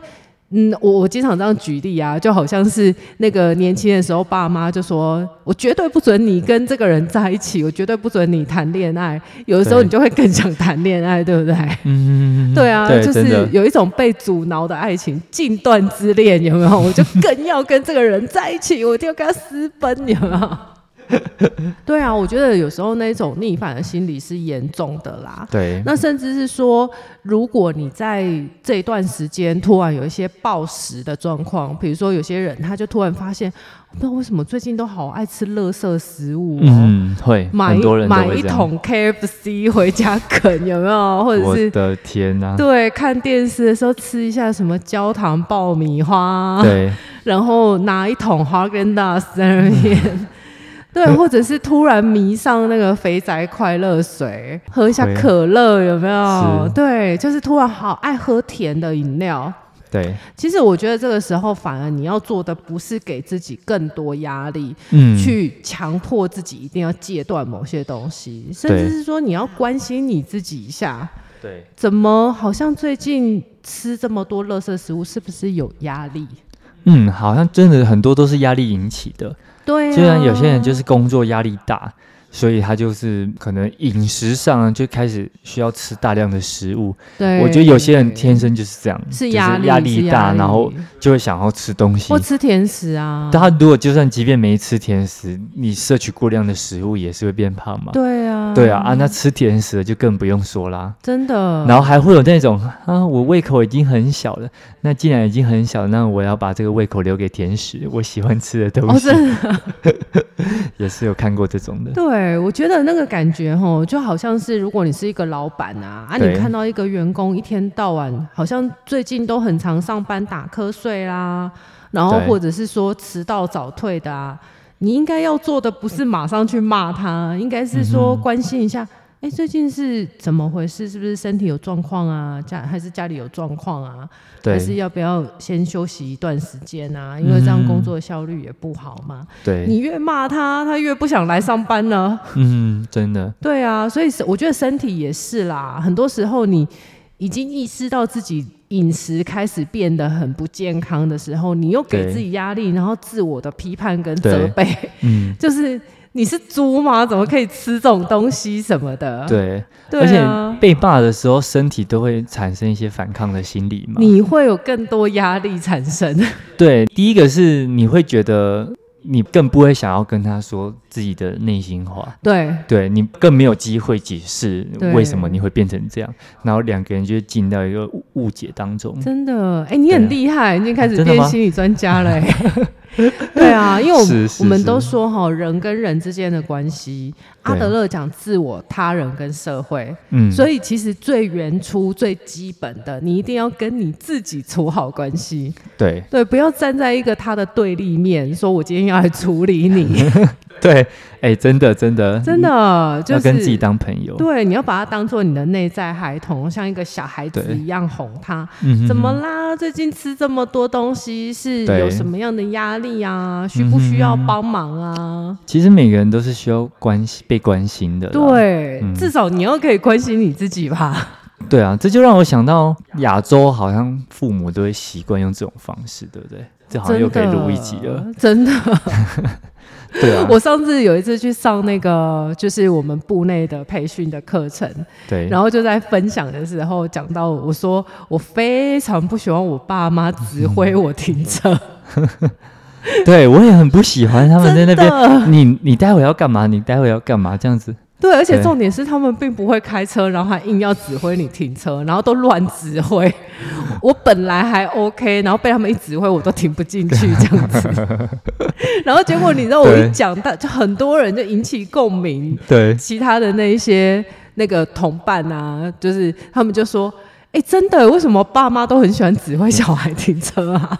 Speaker 2: 嗯，我我经常这样举例啊，就好像是那个年轻的时候，爸妈就说：“我绝对不准你跟这个人在一起，我绝对不准你谈恋爱。”有的时候
Speaker 1: 对
Speaker 2: 你就会更想谈恋爱，对不对？
Speaker 1: 嗯，
Speaker 2: 对啊，
Speaker 1: 对
Speaker 2: 就
Speaker 1: 真
Speaker 2: 是
Speaker 1: 的
Speaker 2: 有一种被阻挠的爱情，近段之恋，有没有？我就更要跟这个人在一起，我一定要跟他私奔，有没有？ 对啊，我觉得有时候那种逆反的心理是严重的啦。
Speaker 1: 对，
Speaker 2: 那甚至是说，如果你在这一段时间突然有一些暴食的状况，比如说有些人他就突然发现，哦不知道为什么最近都好爱吃垃圾食物、哦，
Speaker 1: 嗯，会，
Speaker 2: 买
Speaker 1: 很多人都
Speaker 2: 买
Speaker 1: 会
Speaker 2: 一
Speaker 1: 这样。
Speaker 2: 桶 KFC 回家啃，有没有？或者
Speaker 1: 我
Speaker 2: 是
Speaker 1: 的天呐、
Speaker 2: 对，看电视的时候吃一下什么焦糖爆米花，啊
Speaker 1: 对，
Speaker 2: 然后拿一桶 Hagen d 在那 边，对，或者是突然迷上那个肥宅快乐水，喝一下
Speaker 1: 会
Speaker 2: 可乐，有没有
Speaker 1: 是？
Speaker 2: 对，就是突然好爱喝甜的饮料。
Speaker 1: 对，
Speaker 2: 其实我觉得这个时候，反而你要做的不是给自己更多压力，
Speaker 1: 嗯，
Speaker 2: 去强迫自己一定要戒断某些东西，甚
Speaker 1: 对
Speaker 2: 至是说你要关心你自己一下。
Speaker 1: 对，
Speaker 2: 怎么好像最近吃这么多垃圾食物，是不是有压力？
Speaker 1: 嗯，好像真的很多都是压力引起的。
Speaker 2: 对、啊，
Speaker 1: 虽然有些人就是工作压力大，所以他就是可能饮食上就开始需要吃大量的食物。
Speaker 2: 对，
Speaker 1: 我觉得有些人天生就是这样，
Speaker 2: 是
Speaker 1: 就
Speaker 2: 压力，
Speaker 1: 压力大，然后
Speaker 2: 是压力
Speaker 1: 就会想要吃东西
Speaker 2: 或。吃甜食啊，
Speaker 1: 但他如果就算即便没吃甜食，你摄取过量的食物也是会变胖嘛？
Speaker 2: 对啊，
Speaker 1: 对啊，啊，那吃甜食的就更不用说啦。
Speaker 2: 真的，
Speaker 1: 然后还会有那种啊，我胃口已经很小了，那既然已经很小，那我要把这个胃口留给甜食，我喜欢吃的东
Speaker 2: 哦，
Speaker 1: 西，
Speaker 2: 真的，
Speaker 1: 也是有看过这种的。
Speaker 2: 对我觉得那个感觉吼，就好像是如果你是一个老板啊，啊，你
Speaker 1: 对
Speaker 2: 看到一个员工一天到晚好像最近都很常上班打瞌睡啦，然后
Speaker 1: 对
Speaker 2: 或者是说迟到早退的啊，你应该要做的不是马上去骂他，应该是说
Speaker 1: 嗯
Speaker 2: 关心一下。哎，最近是怎么回事？是不是身体有状况啊？家还是家里有状况啊？还是
Speaker 1: 对
Speaker 2: 要不要先休息一段时间啊？因为这样工作效率也不好嘛。
Speaker 1: 对，
Speaker 2: 你越骂他，他越不想来上班了。
Speaker 1: 嗯，真的，
Speaker 2: 对啊，所以是我觉得身体也是啦，很多时候你。已经意识到自己饮食开始变得很不健康的时候，你又给
Speaker 1: 对
Speaker 2: 自己压力，然后自我的批判跟
Speaker 1: 对
Speaker 2: 责备，
Speaker 1: 嗯，
Speaker 2: 就是你是猪吗？怎么可以吃这种东西什么的？
Speaker 1: 对，
Speaker 2: 对
Speaker 1: 而
Speaker 2: 啊
Speaker 1: 且被骂的时候，身体都会产生一些反抗的心理嘛。
Speaker 2: 你会有更多压力产生。
Speaker 1: 对，第一个是你会觉得你更不会想要跟他说自己的内心话，
Speaker 2: 对，
Speaker 1: 对你更没有机会解释
Speaker 2: 对
Speaker 1: 为什么你会变成这样，然后两个人就会进到一个误误解当中。
Speaker 2: 真的，哎、你很厉害，你已经开始
Speaker 1: 啊真的
Speaker 2: 变
Speaker 1: 吗
Speaker 2: 心理专家了、 哎，对啊，因为我们
Speaker 1: 是是
Speaker 2: 我们
Speaker 1: 是
Speaker 2: 都说哈，人跟人之间的关系，阿
Speaker 1: 对
Speaker 2: 德勒讲自我、他人跟社会，
Speaker 1: 嗯，
Speaker 2: 所
Speaker 1: 以
Speaker 2: 以其实最原初、最基本的，你一定要跟你自己处好关系，
Speaker 1: 对
Speaker 2: 对，不要站在一个他的对立面，说我今天要来处理你，
Speaker 1: 对，哎、真的真的
Speaker 2: 真的 就
Speaker 1: 要
Speaker 2: 是
Speaker 1: 跟自己当朋友。
Speaker 2: 对，你要把它当做你的内在孩童，像一个小孩子
Speaker 1: 对
Speaker 2: 一样哄他。
Speaker 1: 嗯哼
Speaker 2: 怎么啦？最近吃这么多东西是
Speaker 1: 对嗯
Speaker 2: 有什么样的压力啊？需不需要帮忙啊？
Speaker 1: 其实每个人都是需要关心被关心的啦。
Speaker 2: 对，
Speaker 1: 嗯
Speaker 2: 至少你要可以关心你自己吧。
Speaker 1: 对啊，这就让我想到亚洲好像父母都会习惯用这种方式，对不对？这好像又可以录一集了。
Speaker 2: 真的。
Speaker 1: 对啊，
Speaker 2: 我上次有一次去上那个，就是我们部内的培训的课程，
Speaker 1: 对，
Speaker 2: 然后就在分享的时候讲到，我说我非常不喜欢我爸妈 指挥我停车，
Speaker 1: 对我也很不喜欢他们在那
Speaker 2: 真
Speaker 1: 边。
Speaker 2: 的。
Speaker 1: 你你待会要干嘛？你待会要干嘛？这样子，
Speaker 2: 对，而且
Speaker 1: 对
Speaker 2: 重点是他们并不会开车，然后还硬要指挥你停车，然后都乱指挥。 我本来还 OK，然后被他们一指挥，我都停不 进去这样子。然后结果你知道，我
Speaker 1: 对
Speaker 2: 一讲到，就很多人就引起共鸣，
Speaker 1: 对
Speaker 2: 其他的那一些那个同伴啊，就是他们就说。哎、真的，为什么爸妈都很喜欢指挥小孩停车啊？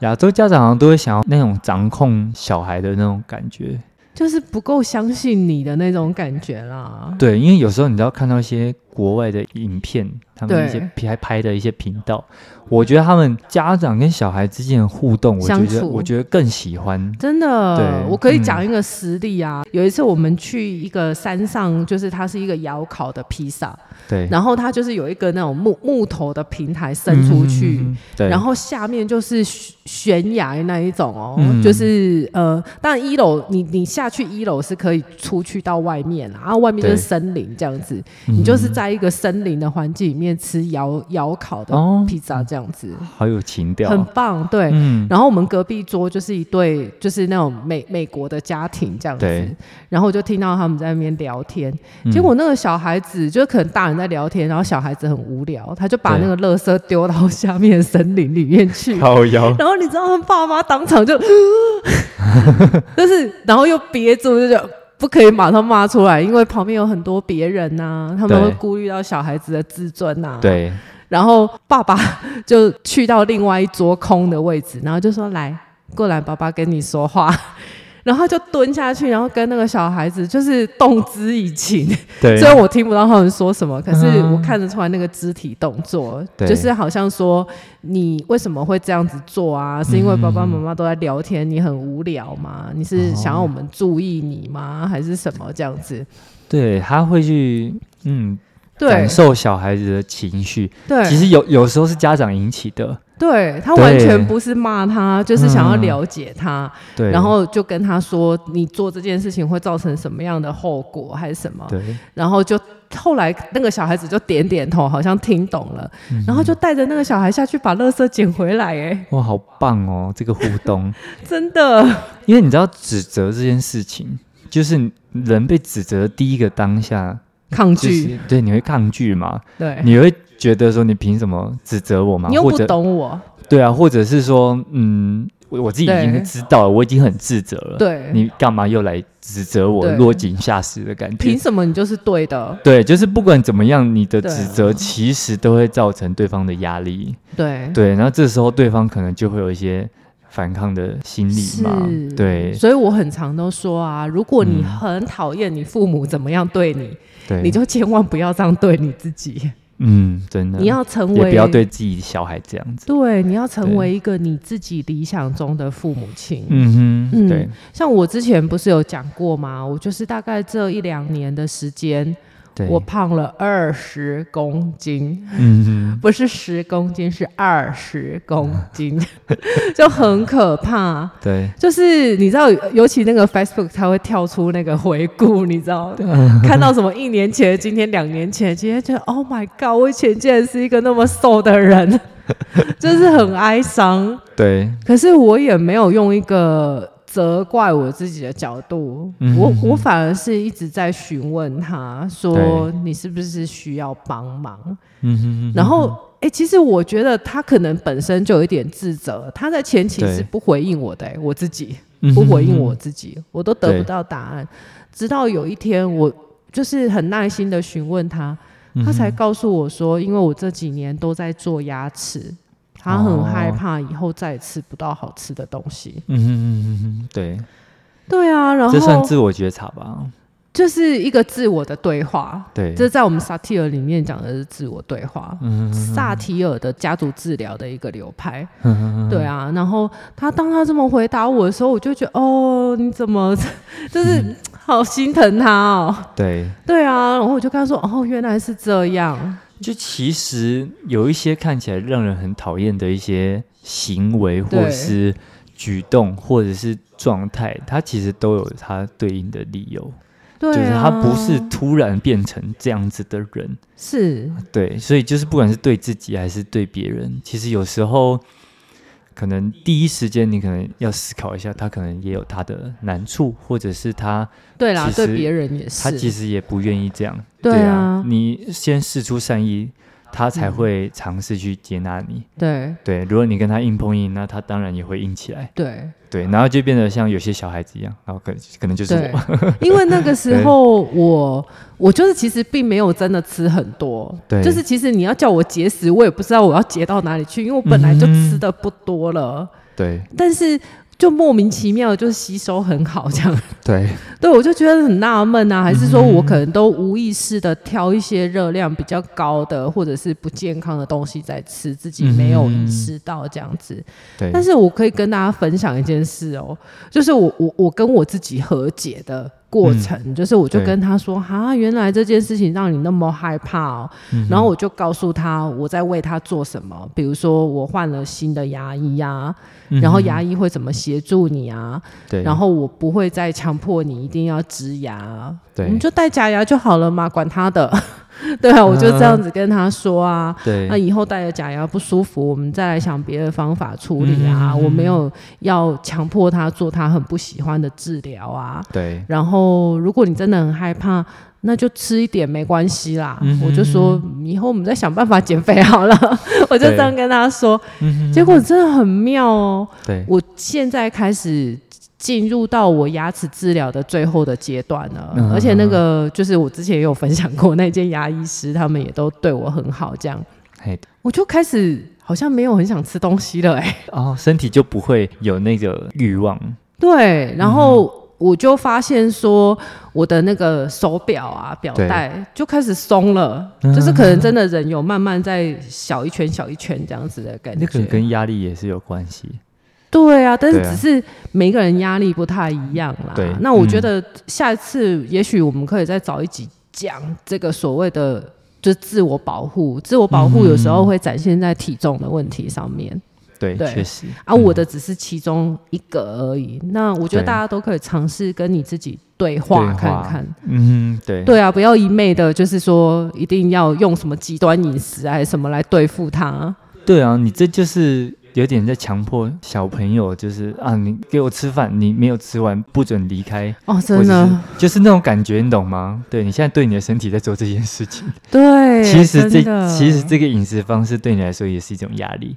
Speaker 1: 亚洲家长好像都会想要那种掌控小孩的那种感觉。
Speaker 2: 就是不够相信你的那种感觉啦。
Speaker 1: 对，因为有时候你知道看到一些国外的影片，他们
Speaker 2: 对
Speaker 1: 一些拍拍的一些频道，我觉得他们家长跟小孩之间的互动，我觉
Speaker 2: 相
Speaker 1: 得
Speaker 2: 处
Speaker 1: 我觉得更喜欢。
Speaker 2: 真的
Speaker 1: 对，
Speaker 2: 我可以讲一个实例啊。有一次我们去一个山上，就是它是一个窑烤的披萨，
Speaker 1: 对，
Speaker 2: 然后它就是有一个那种木木头的平台伸出去。
Speaker 1: 嗯，嗯嗯嗯对，
Speaker 2: 然后下面就是悬悬崖那一种哦，
Speaker 1: 嗯
Speaker 2: 就是呃，当然一楼你你下去一楼是可以出去到外面啊，然后外面就是
Speaker 1: 对
Speaker 2: 森林这样子，
Speaker 1: 嗯
Speaker 2: 你就是在一个森林的环境里面吃窑窑烤的
Speaker 1: 哦
Speaker 2: 披萨这样子，
Speaker 1: 好有情调，
Speaker 2: 很棒，对。
Speaker 1: 嗯，
Speaker 2: 然后我们隔壁桌就是一对，就是那种美美国的家庭这样子
Speaker 1: 对。
Speaker 2: 然后我就听到他们在那边聊天，
Speaker 1: 嗯
Speaker 2: 结果那个小孩子就可能大人在聊天，然后小孩子很无聊，他就把那
Speaker 1: 对
Speaker 2: 个垃圾丢到下面的森林里面去。
Speaker 1: 靠腰，
Speaker 2: 然后你知道他们爸妈当场就， 就是然后又憋住，就觉得不可以马上骂出来，因为旁边有很多别人呐、他们
Speaker 1: 对
Speaker 2: 会顾虑到小孩子的自尊啊呐、。
Speaker 1: 对，
Speaker 2: 然后爸爸就去到另外一桌空的位置，然后就说：“来，过来，爸爸跟你说话。” 然后他就蹲下去，然后跟那个小孩子就是动之以情。
Speaker 1: 对，
Speaker 2: 虽然我听不到他们说什么，可是
Speaker 1: 嗯
Speaker 2: 我看得出来那个肢体动作，
Speaker 1: 对
Speaker 2: 就是好像说你为什么会这样子做啊？是因为爸爸妈
Speaker 1: 嗯
Speaker 2: 妈都在聊天，你很无聊吗？你是想要我们注意你
Speaker 1: 哦
Speaker 2: 吗？还是什么这样子？
Speaker 1: 对，他会去嗯
Speaker 2: 对
Speaker 1: 感受小孩子的情绪。
Speaker 2: 对，
Speaker 1: 其实有有时候是家长引起的，
Speaker 2: 对他
Speaker 1: 对嗯
Speaker 2: 完全不是骂他，就是想要了解他，
Speaker 1: 对，
Speaker 2: 然后就跟他说你做这件事情会造成什么样的后果还是什么，
Speaker 1: 对
Speaker 2: 然后就后来那个小孩子就点点头，好像听懂了，
Speaker 1: 嗯
Speaker 2: 然后就带着那个小孩下去把垃圾捡回来， 哎，
Speaker 1: 哇，好棒哦，这个互动，
Speaker 2: 真的，
Speaker 1: 因为你知道指责这件事情，就是人被指责的第一个当下，
Speaker 2: 抗
Speaker 1: 就
Speaker 2: 拒，
Speaker 1: 是对你会抗拒嘛，
Speaker 2: 对，
Speaker 1: 你会觉得说你凭什么指责我嘛，
Speaker 2: 你又
Speaker 1: 或
Speaker 2: 不
Speaker 1: 者
Speaker 2: 懂我，
Speaker 1: 对啊，或者是说嗯。我我自己已经
Speaker 2: 对
Speaker 1: 知道了，我已经很自责了。
Speaker 2: 对
Speaker 1: 你干嘛又来指责我
Speaker 2: 对
Speaker 1: 落井下石的感觉
Speaker 2: 凭？什么你就是对的？
Speaker 1: 对，就是不管怎么样，你的
Speaker 2: 对啊
Speaker 1: 指责其实都会造成对方的压力。
Speaker 2: 对，
Speaker 1: 对，然后这时候对方可能就会有一些反抗的心理嘛
Speaker 2: 是，。
Speaker 1: 对
Speaker 2: 所以我很常都说啊，如果你
Speaker 1: 嗯
Speaker 2: 很讨厌你父母怎么样对你，
Speaker 1: 对，
Speaker 2: 你就千万不要这样对你自己，
Speaker 1: 嗯，真的，
Speaker 2: 你要成
Speaker 1: 也
Speaker 2: 为
Speaker 1: 不要对自己小孩这样子。
Speaker 2: 对你要成
Speaker 1: 对
Speaker 2: 为一个你自己理想中的父母亲。
Speaker 1: 嗯
Speaker 2: 嗯
Speaker 1: 哼，对，
Speaker 2: 像我之前不是有讲过吗？我就是大概这一两年的时间，
Speaker 1: 对，
Speaker 2: 我胖了二十公斤，
Speaker 1: 嗯
Speaker 2: 不是十公斤，是二十公斤，
Speaker 1: 嗯
Speaker 2: 就很可怕。
Speaker 1: 哼，对，
Speaker 2: 就是你知道，尤其那个 Facebook 它会跳出那个回顾，你知道，看到什么一年前、今天、两年前，今天觉得 Oh my God，我以前竟然是一个那么瘦 的人，就是很哀伤。
Speaker 1: 对，
Speaker 2: 可是我也没有用一个责怪我自己的角度，
Speaker 1: 嗯
Speaker 2: 我我反而是一直在询问他说
Speaker 1: 对
Speaker 2: 你是不是需要帮忙，
Speaker 1: 嗯哼哼哼，
Speaker 2: 然后。哎、其实我觉得他可能本身就有一点自责，他在前期
Speaker 1: 对
Speaker 2: 是不回应我的、诶我自己
Speaker 1: 嗯
Speaker 2: 不
Speaker 1: 哼
Speaker 2: 回应
Speaker 1: 哼
Speaker 2: 我
Speaker 1: 哼，
Speaker 2: 自己，我都得
Speaker 1: 对
Speaker 2: 不到答案。直到有一天，我就是很耐心的询问他，
Speaker 1: 嗯
Speaker 2: 他才告诉我说，因为我这几年都在做牙齿，他很害
Speaker 1: 哦
Speaker 2: 怕以后再也吃不到好吃的东西。
Speaker 1: 嗯哼哼哼哼，对，
Speaker 2: 对啊，然
Speaker 1: 这算
Speaker 2: 后
Speaker 1: 自我觉察吧？
Speaker 2: 就是一个自我的对话。
Speaker 1: 对，
Speaker 2: 这在我们萨提尔里面讲的是自我对话，
Speaker 1: 嗯
Speaker 2: 萨提尔的家族治疗的一个流派。
Speaker 1: 哼嗯哼哼
Speaker 2: 对啊，然后他当他这么回答我的时候，我就觉得哦，你怎么
Speaker 1: 嗯
Speaker 2: 就是好心疼他哦。
Speaker 1: 对，
Speaker 2: 对啊，然后我就跟他说哦，原来是这样。
Speaker 1: 就其实有一些看起来让人很讨厌的一些行为，
Speaker 2: 对
Speaker 1: 或是举动，或者是状态，它其实都有它对应的理由，
Speaker 2: 对、啊，
Speaker 1: 就是他不是突然变成这样子的人。
Speaker 2: 是
Speaker 1: 对，所以就是不管是对自己还是对别人，其实有时候可能第一时间你可能要思考一下，他可能也有他的难处，或者是他
Speaker 2: 对啦，
Speaker 1: 其
Speaker 2: 对
Speaker 1: 实
Speaker 2: 别人也是。
Speaker 1: 他其实也不愿意这样。
Speaker 2: 对啊
Speaker 1: 你先试出善意，他才会尝试去接纳你。
Speaker 2: 对
Speaker 1: 对，如果你跟他硬碰硬，那他当然也会硬起来。
Speaker 2: 对
Speaker 1: 对，然后就变得像有些小孩子一样，然后可能可能就是
Speaker 2: 对
Speaker 1: 我。，
Speaker 2: 因为那个时候 我我就是其实并没有真的吃很多，
Speaker 1: 对
Speaker 2: 就是其实你要叫我节食，我也不知道我要节到哪里去，因为我本来就
Speaker 1: 嗯
Speaker 2: 吃的不多了，
Speaker 1: 对
Speaker 2: 但是。就莫名其妙就是吸收很好这样，
Speaker 1: 对
Speaker 2: 对我就觉得很纳闷啊，还是说我可能都无意识的挑一些热量比较高的或者是不健康的东西在吃，自己没有
Speaker 1: 嗯
Speaker 2: 意识到这样子。
Speaker 1: 对，
Speaker 2: 但是我可以跟大家分享一件事哦，就是我我我跟我自己和解的过程，就是我
Speaker 1: 嗯
Speaker 2: 就
Speaker 1: 对嗯
Speaker 2: 跟他说哈，原来这件事情让你那么害怕哦，然后我就告诉他我在为他做什么，比如说我换了新的牙医呀、然后牙医会怎么协助你啊，
Speaker 1: 嗯对，
Speaker 2: 然后我不会再强迫你一定要植牙，
Speaker 1: 对
Speaker 2: 你就戴假牙就好了嘛，管他的。 对啊，我就
Speaker 1: 嗯
Speaker 2: 这样子跟他说啊。
Speaker 1: 对
Speaker 2: 那以后戴了假牙不舒服，我们再来想别的方法处理啊。
Speaker 1: 嗯
Speaker 2: 我没有要强迫他做他很不喜欢的治疗啊。
Speaker 1: 对
Speaker 2: 然后，如果你真的很害怕，那就吃一点没关系啦。
Speaker 1: 嗯
Speaker 2: 我就说以后我们再想办法减肥好了。 我就这样跟他说，
Speaker 1: 嗯
Speaker 2: 结果真的很妙哦。
Speaker 1: 对，
Speaker 2: 我现在开始进入到我牙齿治疗的最后的阶段了，
Speaker 1: 嗯
Speaker 2: 而且那个就是我之前也有分享过，那间牙医师他们也都对我很好，这样
Speaker 1: 嘿，
Speaker 2: 我就开始好像没有很想吃东西了、 哎，
Speaker 1: 哦，身体就不会有那个欲望。
Speaker 2: 对，然
Speaker 1: 嗯
Speaker 2: 后。我就发现说，我的那个手表啊、表带就开始松了，
Speaker 1: 嗯
Speaker 2: 就是可能真的人有慢慢在小一圈、小一圈这样子的感
Speaker 1: 那
Speaker 2: 觉。
Speaker 1: 个跟压力也是有关系。
Speaker 2: 对啊，但是
Speaker 1: 对啊
Speaker 2: 只是每个人压力不太一样啦。
Speaker 1: 对嗯
Speaker 2: 那我觉得下一次也许我们可以再找一集讲这个所谓的就是自我保护，自我保护有时
Speaker 1: 嗯
Speaker 2: 候会展现在体重的问题上面、
Speaker 1: 对，
Speaker 2: 对
Speaker 1: 确实。
Speaker 2: 啊，我的只是其中一个而已。那我觉得
Speaker 1: 嗯对
Speaker 2: 大家都可以尝试跟你自己对
Speaker 1: 对
Speaker 2: 话
Speaker 1: 话
Speaker 2: 看看。
Speaker 1: 嗯，对，
Speaker 2: 对啊，不要一昧的，就是说一定要用什么极端饮食啊还是什么来对付它。
Speaker 1: 对啊，你这就是有点在强迫小朋友，就是啊，你给我吃饭，你没有吃完不准离开，
Speaker 2: 哦，
Speaker 1: 或
Speaker 2: 真
Speaker 1: 者
Speaker 2: 的
Speaker 1: 是，就是那种感觉，你懂吗？对你现在对你的身体在做这件事情，
Speaker 2: 对，
Speaker 1: 其实这
Speaker 2: 真的
Speaker 1: 其实这个饮食方式对你来说也是一种压力。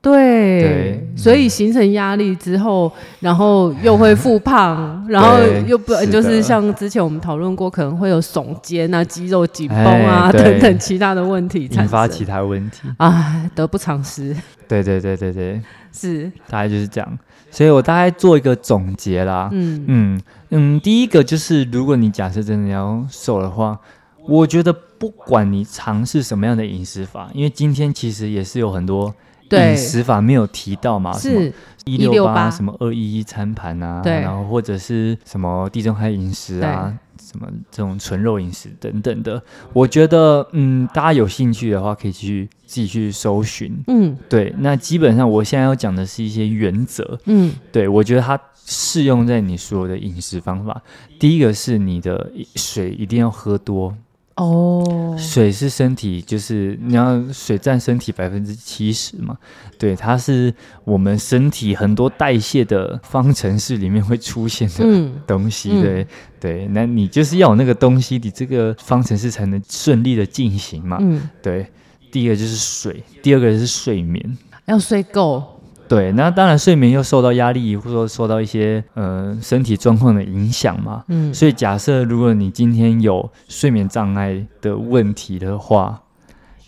Speaker 2: 对，
Speaker 1: 对
Speaker 2: 所以形成压力之后，然后又会复胖，然后又不
Speaker 1: 嗯是的
Speaker 2: 就是像之前我们讨论过，可能会有耸肩啊、肌肉紧绷啊、
Speaker 1: 哎对
Speaker 2: 等等其他的问题产
Speaker 1: 引发其
Speaker 2: 生。
Speaker 1: 他问题，
Speaker 2: 哎，得不偿失，
Speaker 1: 对对对对对，
Speaker 2: 是，
Speaker 1: 大概就是这样。所以我大概做一个总结啦，
Speaker 2: 嗯，
Speaker 1: 嗯嗯，第一个就是，如果你假设真的要瘦的话，我觉得不管你尝试什么样的饮食法，因为今天其实也是有很多
Speaker 2: 对
Speaker 1: 饮，食法没有提到嘛，啊什么
Speaker 2: 是，
Speaker 1: 一
Speaker 2: 168
Speaker 1: 八、什么二一一餐盘啊，
Speaker 2: 对
Speaker 1: 然后或者是什么地中海饮食啊，什么这种纯肉饮食等等的。我觉得，嗯，大家有兴趣的话，可以去自己去搜寻。
Speaker 2: 嗯
Speaker 1: 对，那基本上我现在要讲的是一些原则，
Speaker 2: 嗯
Speaker 1: 对我觉得它适用在你所有的饮食方法。第一个是你的水一定要喝多，
Speaker 2: 哦，
Speaker 1: 水是身体，就是你要水占身体百分之七十嘛，对，它是我们身体很多代谢的方程式里面会出现的
Speaker 2: 嗯
Speaker 1: 东西，
Speaker 2: 嗯
Speaker 1: 对对，那你就是要有那个东西，你这个方程式才能顺利的进行嘛，
Speaker 2: 嗯，
Speaker 1: 对。第一个就是水，第二个是睡眠，
Speaker 2: 要睡够，
Speaker 1: 对，那当然睡眠又受到压力或者说受到一些呃身体状况的影响嘛，
Speaker 2: 嗯，
Speaker 1: 所以假设如果你今天有睡眠障碍的问题的话，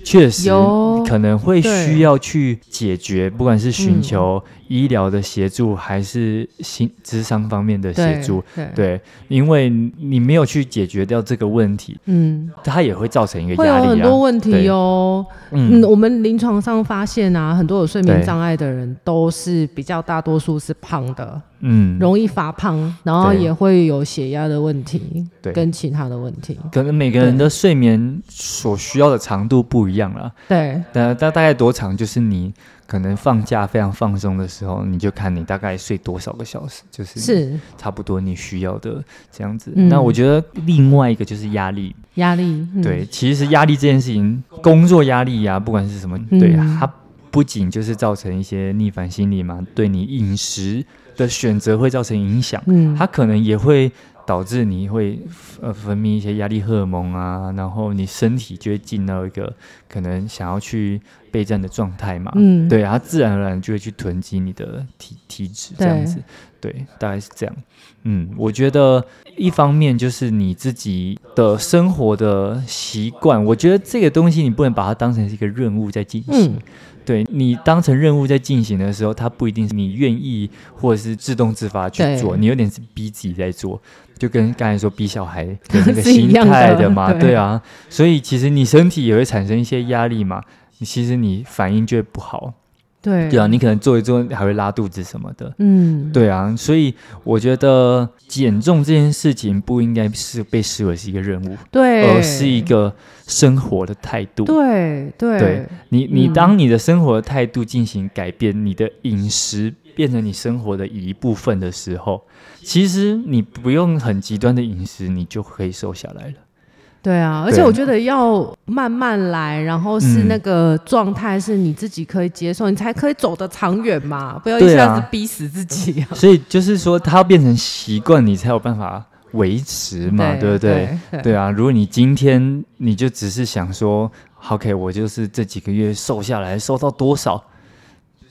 Speaker 1: 确实
Speaker 2: 有
Speaker 1: 可能会
Speaker 2: 对
Speaker 1: 需要去解决，不管是寻求医疗的协助，还是心智商方面的协
Speaker 2: 对
Speaker 1: 助。
Speaker 2: 对，
Speaker 1: 对，因为你没有去解决掉这个问题，
Speaker 2: 嗯，
Speaker 1: 它也会造成一个
Speaker 2: 会
Speaker 1: 压
Speaker 2: 有
Speaker 1: 力啊。
Speaker 2: 很多问题
Speaker 1: 对
Speaker 2: 哦。嗯，
Speaker 1: 嗯，
Speaker 2: 我们临床上发现啊，很多有睡眠
Speaker 1: 对
Speaker 2: 障碍的人都是比较大多数是胖的，
Speaker 1: 嗯
Speaker 2: 容易发胖，然后
Speaker 1: 对
Speaker 2: 也会有血压的问题，
Speaker 1: 对
Speaker 2: 跟其他的问题。
Speaker 1: 可能每个人的睡眠所需要的长度不一样啦。
Speaker 2: 对，
Speaker 1: 那大大概多长？就是你可能放假非常放松的时候，你就看你大概睡多少个小时，就是
Speaker 2: 是
Speaker 1: 差不多你需要的这样子。
Speaker 2: 嗯
Speaker 1: 那我觉得另外一个就是压力，
Speaker 2: 压力。嗯、
Speaker 1: 对，其实压力这件事情，工作压力啊呀、不管是什么，
Speaker 2: 嗯
Speaker 1: 对它不仅就是造成一些逆反心理嘛，对你饮食的选择会造成影响，
Speaker 2: 嗯，
Speaker 1: 它可能也会。导致你会呃分泌一些压力荷尔蒙啊，然后你身体就会进到一个可能想要去备战的状态嘛。
Speaker 2: 嗯，
Speaker 1: 对，它自然而然就会去囤积你的体体脂，这样子，对，大概是这样。嗯，我觉得一方面就是你自己的生活的习惯，我觉得这个东西你不能把它当成是一个任务在进行。
Speaker 2: 嗯
Speaker 1: 对你当成任务在进行的时候，它不一定是你愿意或者是自动自发去
Speaker 2: 对
Speaker 1: 做，你有点是逼自己在做，就跟刚才说逼小孩的 那个
Speaker 2: 是一
Speaker 1: 心
Speaker 2: 样的
Speaker 1: 态的嘛，
Speaker 2: 对
Speaker 1: 对啊，所以其实你身体也会产生一些压力嘛，你其实你反应就会不好，
Speaker 2: 对
Speaker 1: 对啊，你可能做一做还会拉肚子什么的。
Speaker 2: 嗯，
Speaker 1: 对啊，所以我觉得减重这件事情不应该是被视为是一个任务，
Speaker 2: 对，
Speaker 1: 而是一个生活的态度。
Speaker 2: 对对
Speaker 1: 对你你
Speaker 2: 嗯
Speaker 1: 当你的生活的态度进行改变，你的饮食变成你生活的一部分的时候，其实你不用很极端的饮食，你就可以瘦下来了。
Speaker 2: 对啊，而
Speaker 1: 对
Speaker 2: 且我觉得要慢慢来，然后是
Speaker 1: 嗯
Speaker 2: 那个状态是你自己可以接受，你才可以走得长远嘛，不要一
Speaker 1: 对啊
Speaker 2: 下子逼死自己啊。
Speaker 1: 所以就是说，它变成习惯，你才有办法维持嘛， 对不对？
Speaker 2: 对
Speaker 1: 对啊，如果你今天你就只是想说，OK，我就是这几个月瘦下来，瘦到多少，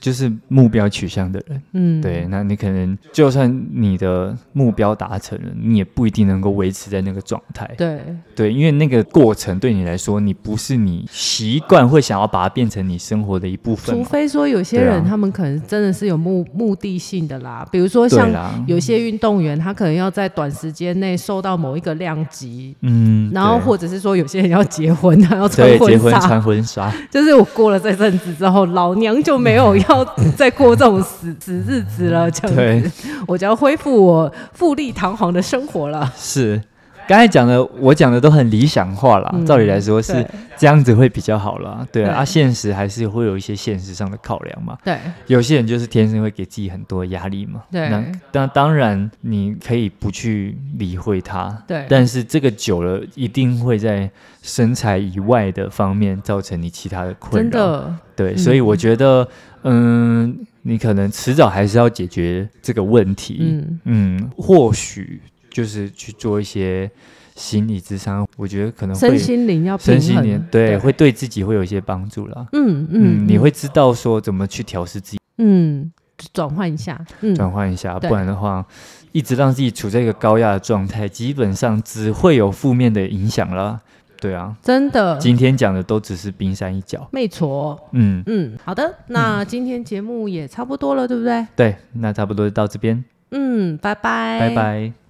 Speaker 1: 就是目标取向的人。
Speaker 2: 嗯，
Speaker 1: 对，那你可能就算你的目标达成了，你也不一定能够维持在那个状态。
Speaker 2: 对
Speaker 1: 对，因为那个过程对你来说，你不是你习惯会想要把它变成你生活的一部分
Speaker 2: 除
Speaker 1: 嘛。
Speaker 2: 非说有些
Speaker 1: 对啊
Speaker 2: 人他们可能真的是有目目的性的啦，比如说
Speaker 1: 对
Speaker 2: 像
Speaker 1: 啦，
Speaker 2: 有些运动员，他可能要在短时间内瘦到某一个量级。
Speaker 1: 嗯，
Speaker 2: 然后
Speaker 1: 对
Speaker 2: 或者是说有些人要结婚，他要 穿
Speaker 1: 对
Speaker 2: 婚
Speaker 1: 结婚
Speaker 2: 纱，
Speaker 1: 穿婚纱，
Speaker 2: 就是我过了这阵子之后，老娘就没有要再过这种死 死日子了，这样
Speaker 1: 对
Speaker 2: 子， 我就要恢复我富丽堂皇的生活了。
Speaker 1: 是。刚才讲的，我讲的都很理想化啦。
Speaker 2: 嗯
Speaker 1: 照理来说是
Speaker 2: 对
Speaker 1: 这样子会比较好啦，对
Speaker 2: 对
Speaker 1: 啊，啊现实还是会有一些现实上的考量嘛。
Speaker 2: 对
Speaker 1: 有些人就是天生会给自己很多压力嘛。
Speaker 2: 对
Speaker 1: 那那当然你可以不去理会它，
Speaker 2: 对
Speaker 1: 但是这个久了一定会在身材以外的方面造成你其他的困
Speaker 2: 真
Speaker 1: 扰。
Speaker 2: 的，嗯
Speaker 1: 对，所以我觉得，嗯，你可能迟早还是要解决这个问题。
Speaker 2: 嗯，
Speaker 1: 嗯，或许就是去做一些心理智商，我觉得可能会
Speaker 2: 身心灵要平
Speaker 1: 身心灵
Speaker 2: 衡，
Speaker 1: 对会对自己会有一些帮助啦。
Speaker 2: 嗯
Speaker 1: 嗯，
Speaker 2: 嗯，
Speaker 1: 你会知道说怎么去调试自己。
Speaker 2: 嗯转换一下，嗯，
Speaker 1: 转换一下，
Speaker 2: 对
Speaker 1: 不然的话，一直让自己处在一个高压的状态，基本上只会有负面的影响啦。对啊，
Speaker 2: 真的，
Speaker 1: 今天讲的都只是冰山一角。
Speaker 2: 没错，
Speaker 1: 嗯，
Speaker 2: 嗯，好的，那今天节目也差不多了，对不对？
Speaker 1: 对，那差不多就到这边，
Speaker 2: 嗯，拜拜，
Speaker 1: 拜拜。